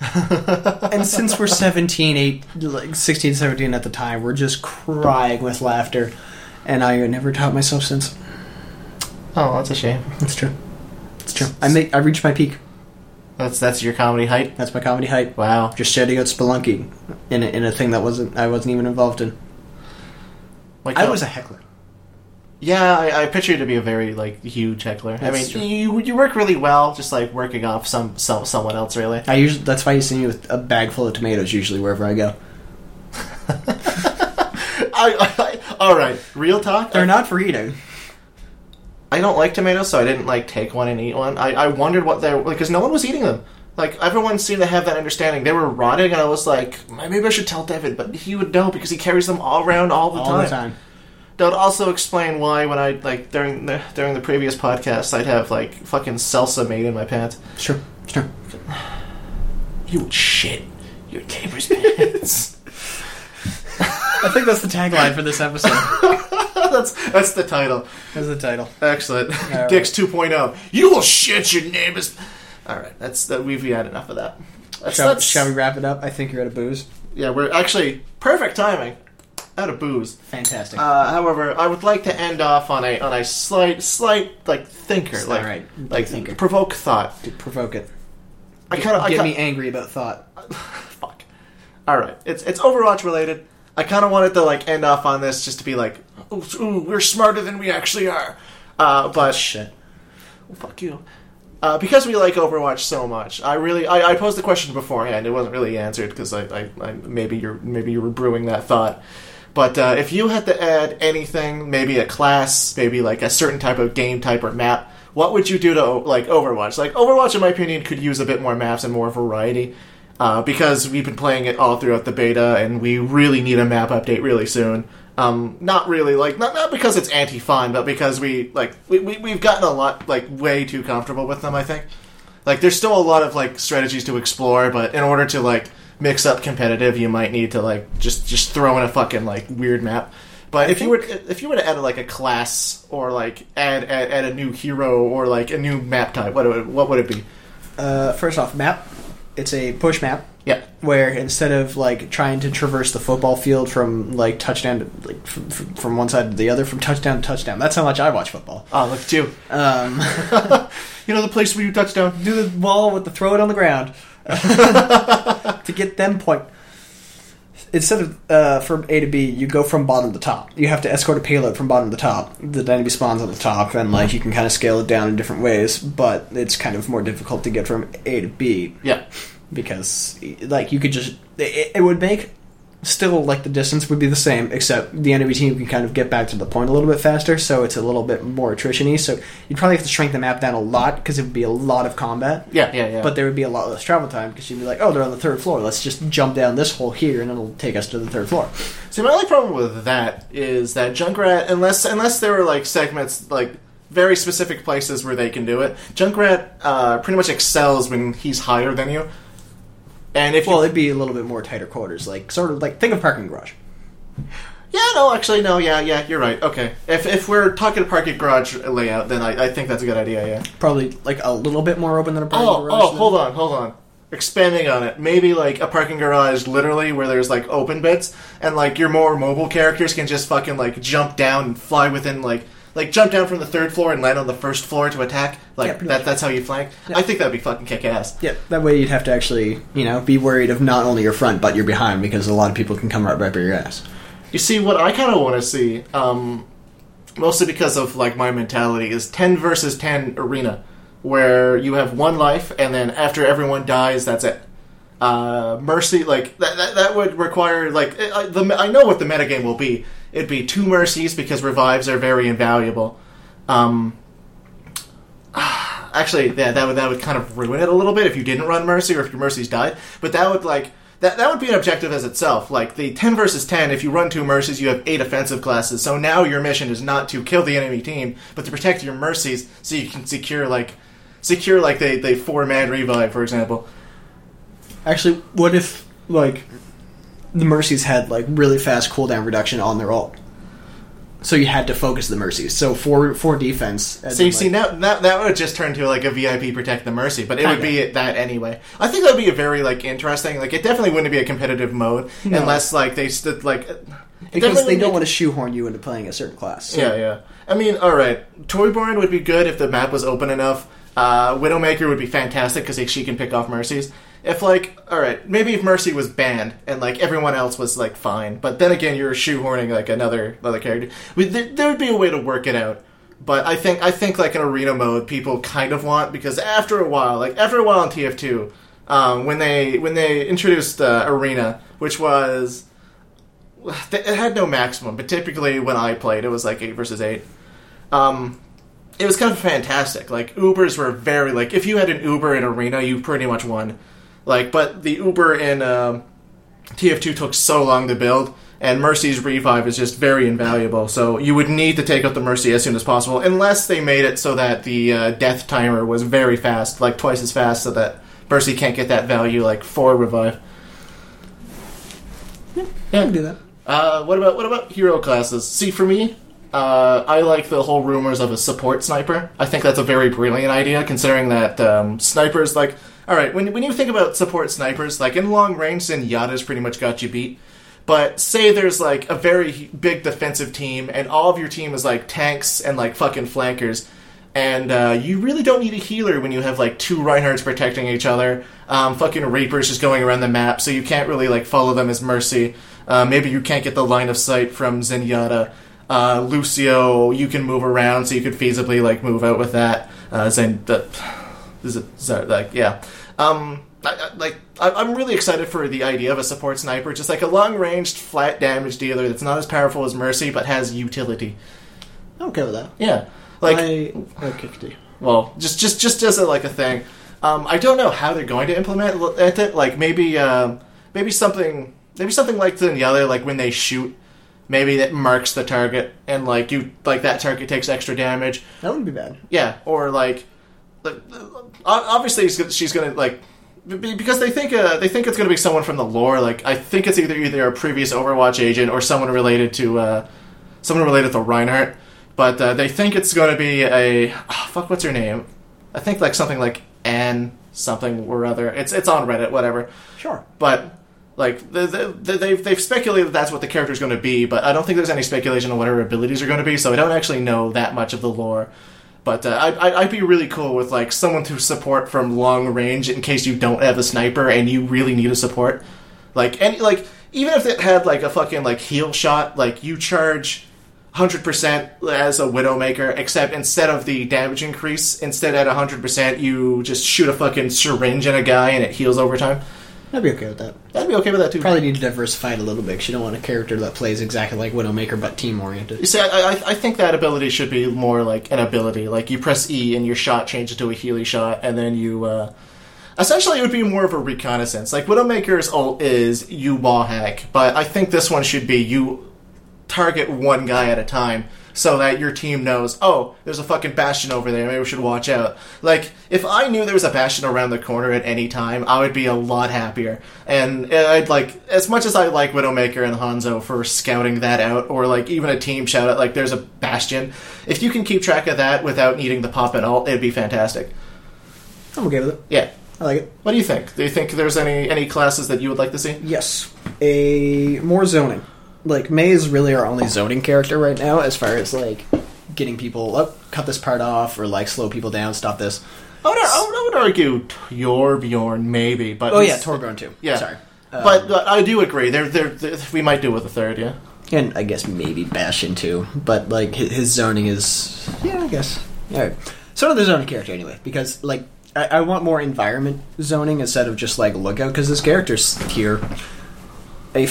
B: and since we're 17, 8, like 16, 17 at the time, we're just crying with laughter. And I never taught myself since.
A: Oh, that's a shame.
B: It's true. It's true. I make I reached my peak.
A: That's that's your comedy height.
B: That's my comedy height.
A: Wow.
B: Just shouting out spelunking in a, in a thing that wasn't I wasn't even involved in.
A: Like
B: I
A: the-
B: was a heckler.
A: Yeah, I, I picture you to be a very like huge heckler. I mean,
B: That's true.
A: you you work really well, just like working off some, some someone else really. [LAUGHS]
B: I usually that's why you see me with a bag full of tomatoes usually wherever I go.
A: I, I, all right, real talk.
B: They're not for eating.
A: I don't like tomatoes, so I didn't like take one and eat one. I, I wondered what they were because no one was eating them. Like everyone seemed to have that understanding. They were rotting, and I was like, maybe I should tell David, but he would know because he carries them all around all the
B: All
A: time.
B: the time.
A: That would also explain why when I like during the during the previous podcast, I'd have like fucking salsa made in my pants.
B: Sure. Sure.
A: You shit your neighbor's [LAUGHS] pants.
B: I think that's the tagline for this episode.
A: that's that's the title.
B: That's the title.
A: Excellent. [LAUGHS]
B: right.
A: Dicks 2.0. You will shit your neighbors. All right, that's that. We've had enough of that. That's,
B: Shall,
A: that's,
B: shall we wrap it up? I think you're out of booze.
A: Yeah, we're actually perfect timing. Out of booze.
B: Fantastic.
A: Uh, however, I would like to end off on a on a slight slight like thinker,
B: All
A: like
B: right.
A: like
B: Thinker.
A: provoke thought.
B: Provoke it.
A: I kind of I
B: Get
A: kinda,
B: me angry about thought.
A: fuck. All right, it's it's Overwatch related. I kind of wanted to like end off on this just to be like, ooh, ooh we're smarter than we actually are. Uh, but
B: Shit.
A: fuck you. Uh, because we like Overwatch so much, I really I, I posed the question beforehand. It wasn't really answered because I, I, I maybe you're maybe you were brewing that thought. But uh, if you had to add anything, maybe a class, maybe like a certain type of game type or map, what would you do to like Overwatch? Like Overwatch, in my opinion, could use a bit more maps and more variety. Uh, because we've been playing it all throughout the beta, and we really need a map update really soon. Um, not really like not not because it's anti-fun, but because we like we, we we've gotten a lot like way too comfortable with them. I think like there's still a lot of like strategies to explore, but in order to like mix up competitive, you might need to like just just throw in a fucking like weird map. But if you were if you were to add like a class or like add add, add a new hero or like a new map type, what would, what would it be?
B: Uh, first off, map. It's a push map.
A: Yeah.
B: where instead of like trying to traverse the football field from like touchdown to, like from, from from one side to the other from touchdown to touchdown that's how much i watch football
A: Oh, look at you.
B: um, [LAUGHS]
A: You know the place where you touch down.
B: do the ball with the throw it on the ground [LAUGHS] to get them point instead of uh, from a to b you go from bottom to top you have to escort a payload from bottom to top the enemy spawns on the top and like you can kind of scale it down in different ways but it's kind of more difficult to get from a to b
A: Yeah.
B: because like you could just it, it would make still like the distance would be the same except the enemy team can kind of get back to the point a little bit faster so it's a little bit more attritiony so you'd probably have to shrink the map down a lot because it would be a lot of combat
A: Yeah, yeah, yeah.
B: but there would be a lot less travel time because you'd be like oh they're on the third floor let's just jump down this hole here and it'll take us to the third floor
A: See, my only problem with that is that Junkrat, unless unless there were like segments like very specific places where they can do it, Junkrat uh, pretty much excels when he's higher than you. And if
B: well
A: you,
B: it'd be a little bit more tighter quarters like sort of like think of parking garage
A: yeah, no, actually, no, yeah, yeah, you're right. Okay, if if we're talking parking garage layout, then I, I think that's a good idea. Yeah.
B: probably like a little bit more open than a parking
A: Oh,
B: garage
A: oh,
B: than-
A: hold on, hold on. Expanding on it, maybe like a parking garage, literally where there's like open bits, and like your more mobile characters can just fucking like jump down and fly within like like jump down from the third floor and land on the first floor to attack.
B: Yeah,
A: Like
B: pretty
A: that,
B: much.
A: that's how you flank. I think that'd be fucking kick ass.
B: Yeah, that way you'd have to actually, you know, be worried of not only your front but your behind because a lot of people can come right by your ass.
A: You see, what I kind of want to see, um, mostly because of like my mentality, is ten versus ten arena, where you have one life, and then after everyone dies, that's it. Uh, mercy, like that, that, that would require like eh, I, I- the I know what the metagame will be. It'd be two mercies because revives are very invaluable. Um, actually yeah, that would that would kind of ruin it a little bit if you didn't run mercy or if your mercies died but that would like that, that would be an objective as itself like the 10 versus 10 if you run two mercies you have eight offensive classes so now your mission is not to kill the enemy team but to protect your mercies so you can secure like secure like they they format revive for example.
B: Actually, what if like the mercies had like really fast cooldown reduction on their ult? So you had to focus the mercies. So for for defense, and
A: So you
B: then,
A: see
B: like-
A: now that that would just turn to like a VIP protect the mercy, but it would be
B: Kinda.
A: that anyway. I think that would be a very like interesting. Like it definitely wouldn't be a competitive mode
B: No.
A: unless like they stood like it
B: because
A: definitely
B: they don't
A: would
B: want to shoehorn you into playing a certain class.
A: be- Yeah, yeah. I mean, all right. Toyborn would be good if the map was open enough. Uh, Widowmaker would be fantastic because she can pick off mercies. If like, all right, maybe if Mercy was banned and like everyone else was like fine, but then again, you're shoehorning like another another character. We, there, there would be a way to work it out. But I think I think like an arena mode, people kind of want because after a while, like after a while in TF2, um, when they when they introduced uh, arena, which was it had no maximum, but typically when I played, it was like eight versus eight. Um, it was kind of fantastic. Like Ubers were very like if you had an Uber in arena, you pretty much won. Like, but the Uber in um, TF2 took so long to build, and Mercy's revive is just very invaluable. So you would need to take out the Mercy as soon as possible, unless they made it so that the uh, death timer was very fast, like twice as fast, so that Mercy can't get that value like for revive.
B: I can do that.
A: Uh, what about what about hero classes? See, for me, uh, I like the whole rumors of a support sniper. I think that's a very brilliant idea, considering that um, snipers like. All right, when when you think about support snipers, like in long range, then Yada's pretty much got you beat. But say there's like a very big defensive team, and all of your team is like tanks and like fucking flankers, and uh, you really don't need a healer when you have like two Reinhardts protecting each other. Um, fucking Reapers just going around the map, so you can't really like follow them as Mercy. Uh, maybe you can't get the line of sight from Zenyatta. Uh, Lucio, you can move around, so you could feasibly like move out with that. Uh, Zen, the, is it Zar- like yeah? Um, I, I, like I, I'm really excited for the idea of a support sniper, just like a long ranged flat damage dealer that's not as powerful as Mercy but has utility.
B: I'm okay with that.
A: Yeah, like
B: I, I kicked you.
A: well, just just just as a, like a thing. Um, I don't know how they're going to implement l- at it. Like maybe um, maybe something maybe something like the other like when they shoot, maybe that marks the target and like you like that target takes extra damage.
B: That wouldn't be bad.
A: Yeah, or like, like o- obviously she's gonna, she's gonna like be- because they think uh, they think it's gonna be someone from the lore. Like I think it's either either a previous Overwatch agent or someone related to uh, someone related to Reinhardt. But uh, they think it's gonna be a ah, fuck. What's her name? I think like something like Anne something or other. It's it's on Reddit, whatever.
B: Sure.
A: But like the, the, the, they've they've speculated that's what the character's going to be, but I don't think there's any speculation on what her abilities are going to be, so I don't actually know that much of the lore. But uh, I, I, I'd be really cool with like someone to support from long range in case you don't have a sniper and you really need a support. Like any like even if it had like a fucking like heal shot, like you charge hundred percent as a widowmaker, except instead of the damage increase, instead at hundred percent you just shoot a fucking syringe in a guy and it heals over time.
B: I'd be okay with that.
A: I'd be okay with that too.
B: Probably need to diversify it a little bit because you don't want a character that plays exactly like Widowmaker but team oriented.
A: You see, I, I, I think that ability should be more like an ability. Like you press E and your shot changes to a Healy shot, and then you. Uh, essentially, it would be more of a reconnaissance. Like Widowmaker's ult is you wall hack, but I think this one should be you target one guy at a time so that your team knows, oh, there's a fucking bastion over there. Maybe we should watch out. Like, if I knew there was a bastion around the corner at any time, I would be a lot happier. And I'd like, as much as I like Widowmaker and Hanzo for scouting that out, or like even a team shout out, like, there's a bastion, if you can keep track of that without needing the pop at all, it'd be fantastic.
B: I'm okay with it.
A: Yeah.
B: I like it.
A: What do you think? Do you think there's any any classes that you would like to see?
B: Yes. A more zoning. Like May is really our only zoning character right now as far as like getting people up, cut this part off, or like slow people down, stop this.
A: I would, I would argue Torbjorn, maybe, but
B: Oh yeah, Torbjorn too.
A: Yeah.
B: Sorry. Um,
A: but, but I do agree. There, there, there- we might do with a third. Yeah.
B: and I guess maybe Bastion too, but like his, his zoning is yeah, I guess. All right, so another zoning character anyway, because like I, I want more environment zoning instead of just like lookout, because this character's here a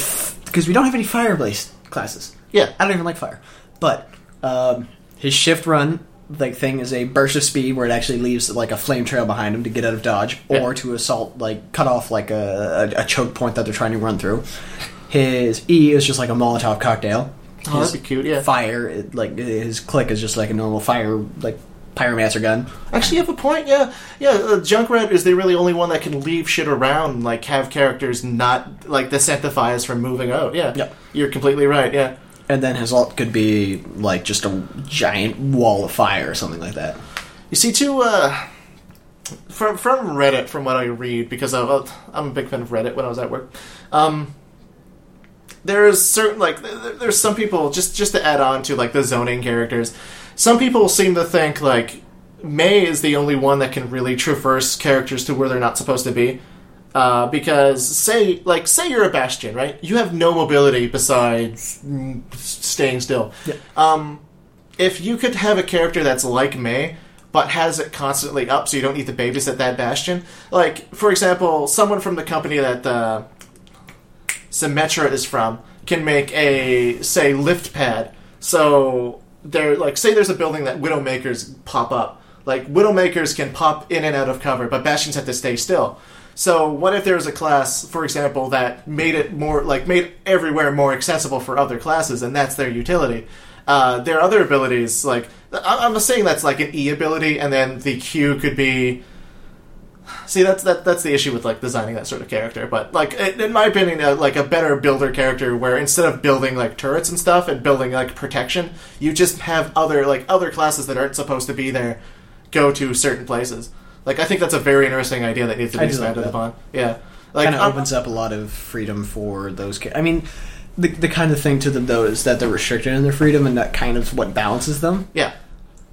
B: because we don't have any fireplace classes.
A: Yeah.
B: I don't even like fire, but um, his shift run like thing is a burst of speed where it actually leaves like a flame trail behind him to get out of dodge or
A: Yeah.
B: to assault like cut off like a, a, a choke point that they're trying to run through. His E is just like a Molotov cocktail.
A: Oh,
B: His
A: that'd be cute. Yeah.
B: Fire it, like his click is just like a normal fire like pyromancer gun.
A: Actually, you have a point. Yeah, yeah. Uh, Junkrat is the really only one that can leave shit around, and, like have characters not like the sanctifiers from moving out. Yeah,
B: Yep.
A: You're completely right. Yeah,
B: And then his alt could be like just a giant wall of fire or something like that.
A: you see, too. Uh, from from Reddit, from what I read, because I, I'm a big fan of Reddit when I was at work. Um, there's certain like th- th- there's some people just just to add on to like the zoning characters some people seem to think like may is the only one that can really traverse characters to where they're not supposed to be uh, because say like say you're a bastion right you have no mobility besides mm, s- staying still um, if you could have a character that's like may but has it constantly up so you don't need to babysit that bastion like for example someone from the company that uh, Symmetra is from can make a say lift pad. So there, like say there's a building that Widowmakers pop up. Like Widowmakers can pop in and out of cover, but Bastions have to stay still. So what if there was a class, for example, that made it more like made everywhere more accessible for other classes, and that's their utility. Uh, there are other abilities like I- I'm saying that's like an E ability, and then the Q could be See, that's that, that's the issue with like designing that sort of character. But like, in in my opinion, uh, like a better builder character, where instead of building like turrets and stuff and building like protection, you just have other like other classes that aren't supposed to be there go to certain places. Like, I think that's a very interesting idea that needs to be
B: I do like
A: expanded
B: that.
A: upon. Yeah, like uh,
B: kind
A: I'm-
B: of opens up a lot of freedom for those. Ca- I mean, the, the kind of thing to them though is that they're restricted in their freedom, and that kind of what balances them.
A: yeah,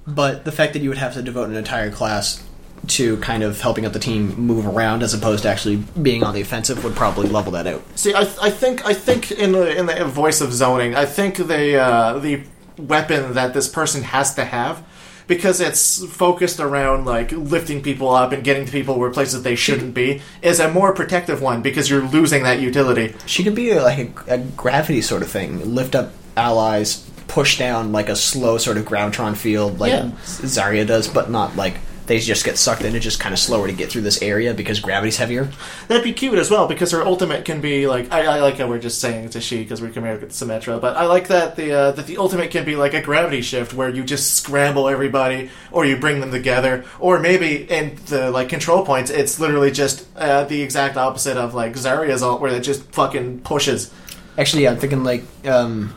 B: But the fact that you would have to devote an entire class to kind of helping out the team move around as opposed to actually being on the offensive would probably level that out.
A: See, I, I think I think in the in the voice of zoning, I think the uh, the weapon that this person has to have, because it's focused around like lifting people up and getting to people where places they shouldn't be, is a more protective one because you're losing that utility.
B: She could be like a, a gravity sort of thing, lift up allies, push down like a slow sort of groundtron field, like
A: Yeah.
B: Zarya does, but not like they just get sucked in. It's just kind of slower to get through this area because gravity's heavier.
A: That'd be cute as well because her ultimate can be like I, I like how we're just saying it's a she because we're comparing it to Symmetra, but I like that the uh, that the ultimate can be like a gravity shift where you just scramble everybody or you bring them together or maybe in the like control points it's literally just uh, the exact opposite of like Zarya's alt where it just fucking pushes.
B: Actually, yeah, I'm thinking like, um,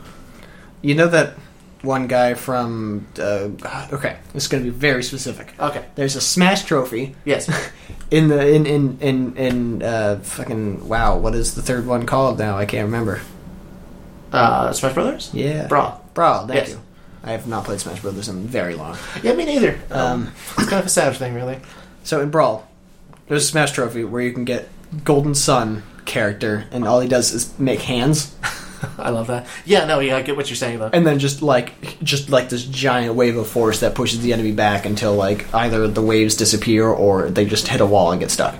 B: you know that one guy from. Uh, okay, this is going to be very specific. Uh,
A: Okay,
B: There's a Smash trophy [LAUGHS]
A: yes,
B: in the in in in in uh, fucking wow. What is the third one called now? I can't remember.
A: uh, Smash Brothers,
B: Yeah,
A: Brawl.
B: Brawl. Thank
A: Yes.
B: you. I have not played Smash Brothers in very long.
A: Yeah, me neither.
B: Um,
A: it's kind of a sad thing, really.
B: So in Brawl, there's a Smash trophy where you can get Golden Sun character, and all he does is make hands,
A: I love that. Yeah, no, yeah, I get what you're saying though.
B: and then just like just like this giant wave of force that pushes the enemy back until like either the waves disappear or they just hit a wall and get stuck.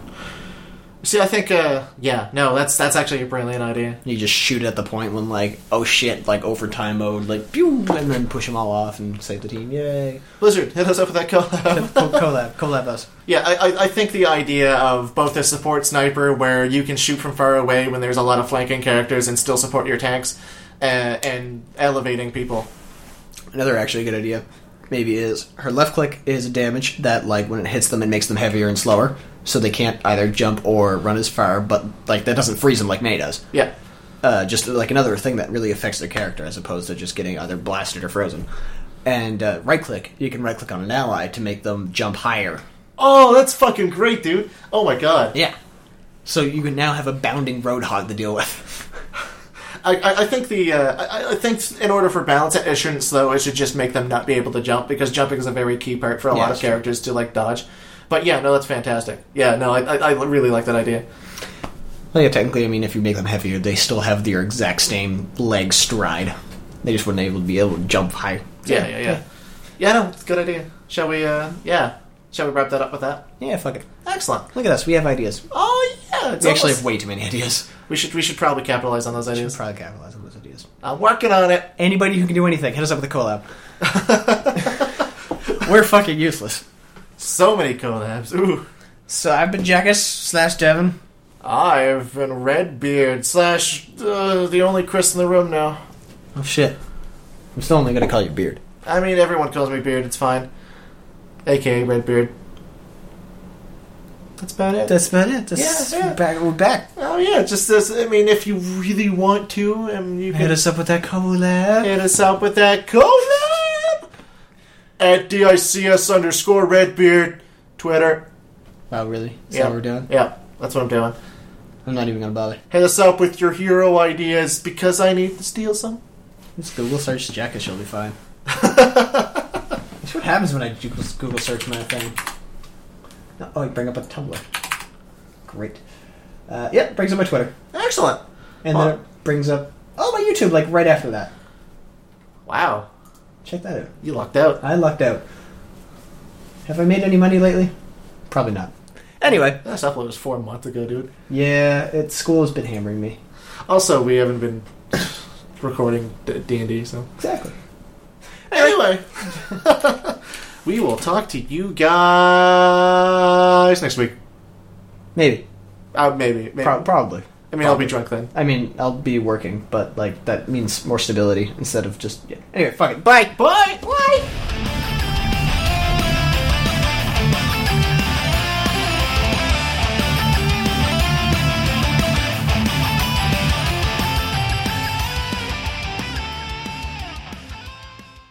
A: See, I think, uh, yeah, no, that's that's actually a brilliant idea.
B: You just shoot at the point when like oh shit, like overtime mode, like pew, and then push them all off and save the team. Yay!
A: Blizzard, hit us up with that collab.
B: [LAUGHS] Co- collab, collab us.
A: [LAUGHS] Yeah, I, I- I think the idea of both a support sniper where you can shoot from far away when there's a lot of flanking characters and still support your tanks, uh, and elevating people.
B: Another actually good idea maybe is her left click is a damage that like when it hits them it makes them heavier and slower so they can't either jump or run as far but like that doesn't freeze them like May does.
A: Yeah,
B: Uh, just like another thing that really affects their character as opposed to just getting either blasted or frozen. And uh, right click, you can right click on an ally to make them jump higher.
A: Oh, that's fucking great, dude. Oh my god.
B: Yeah. So you can now have a bounding roadhog to deal with. [LAUGHS]
A: I, I, I think the uh, I, I think in order for balance, it shouldn't slow. It should just make them not be able to jump because jumping is a very key part for a
B: Yeah,
A: lot of
B: that's true.
A: characters to like dodge. But yeah, no, that's fantastic. Yeah, no, I, I, I really like that idea.
B: Well, yeah, technically, I mean, if you make them heavier, they still have their exact same leg stride. They just wouldn't able to be able to jump high.
A: Yeah, yeah, yeah. Yeah, no, it's a good idea. Shall we? Uh, yeah, shall we wrap that up with that?
B: Yeah, fuck it.
A: Excellent.
B: Look at us. We have ideas.
A: Oh yeah, it's
B: We actually
A: almost-
B: have way too many ideas.
A: we should we should probably capitalize on those
B: Let's
A: ideas.
B: probably capitalize on those ideas.
A: I'm working on it.
B: Anybody who can do anything, hit us up with a collab. [LAUGHS] We're fucking useless.
A: So many collabs. Ooh,
B: So I've been Jackus slash Devin.
A: I've been Redbeard slash uh, the only Chris in the room now.
B: Oh shit. I'm still only gonna call you Beard.
A: I mean, everyone calls me Beard. It's fine. aka Redbeard. That's about it.
B: That's about it. That's
A: Yeah, yeah.
B: Back, we're back.
A: oh yeah, just this. I mean, if you really want to, um, you can
B: Hit us up with that collab.
A: hit us up with that collab at dics underscore Redbeard Twitter.
B: Wow, Oh, really? Is
A: Yeah.
B: that what we're doing?
A: Yeah, that's what I'm doing.
B: I'm not even gonna bother.
A: Hit us up with your hero ideas because I need to steal some.
B: Just Google search Jackass, she'll be [LAUGHS] fine. That's what happens when I do Google Google search my thing. No, oh, you bring up a Tumblr. Great. Uh, yep, brings up my Twitter.
A: Excellent.
B: And then it brings up, oh, my YouTube, like right after that.
A: Wow,
B: Check that out.
A: you lucked out.
B: I lucked out. Have I made any money lately? Probably not. Anyway.
A: That upload was four months ago, dude.
B: Yeah, it, school has been hammering me.
A: Also, we haven't been [LAUGHS] recording D and D, so
B: Exactly.
A: anyway, [LAUGHS] we will talk to you guys next week.
B: Maybe.
A: Uh, maybe, maybe.
B: Pro- probably.
A: I mean, I'll be drunk then.
B: I mean, I'll be working, but like that means more stability instead of just. Yeah. Anyway, fuck it. Bye.
A: Bye. Bye.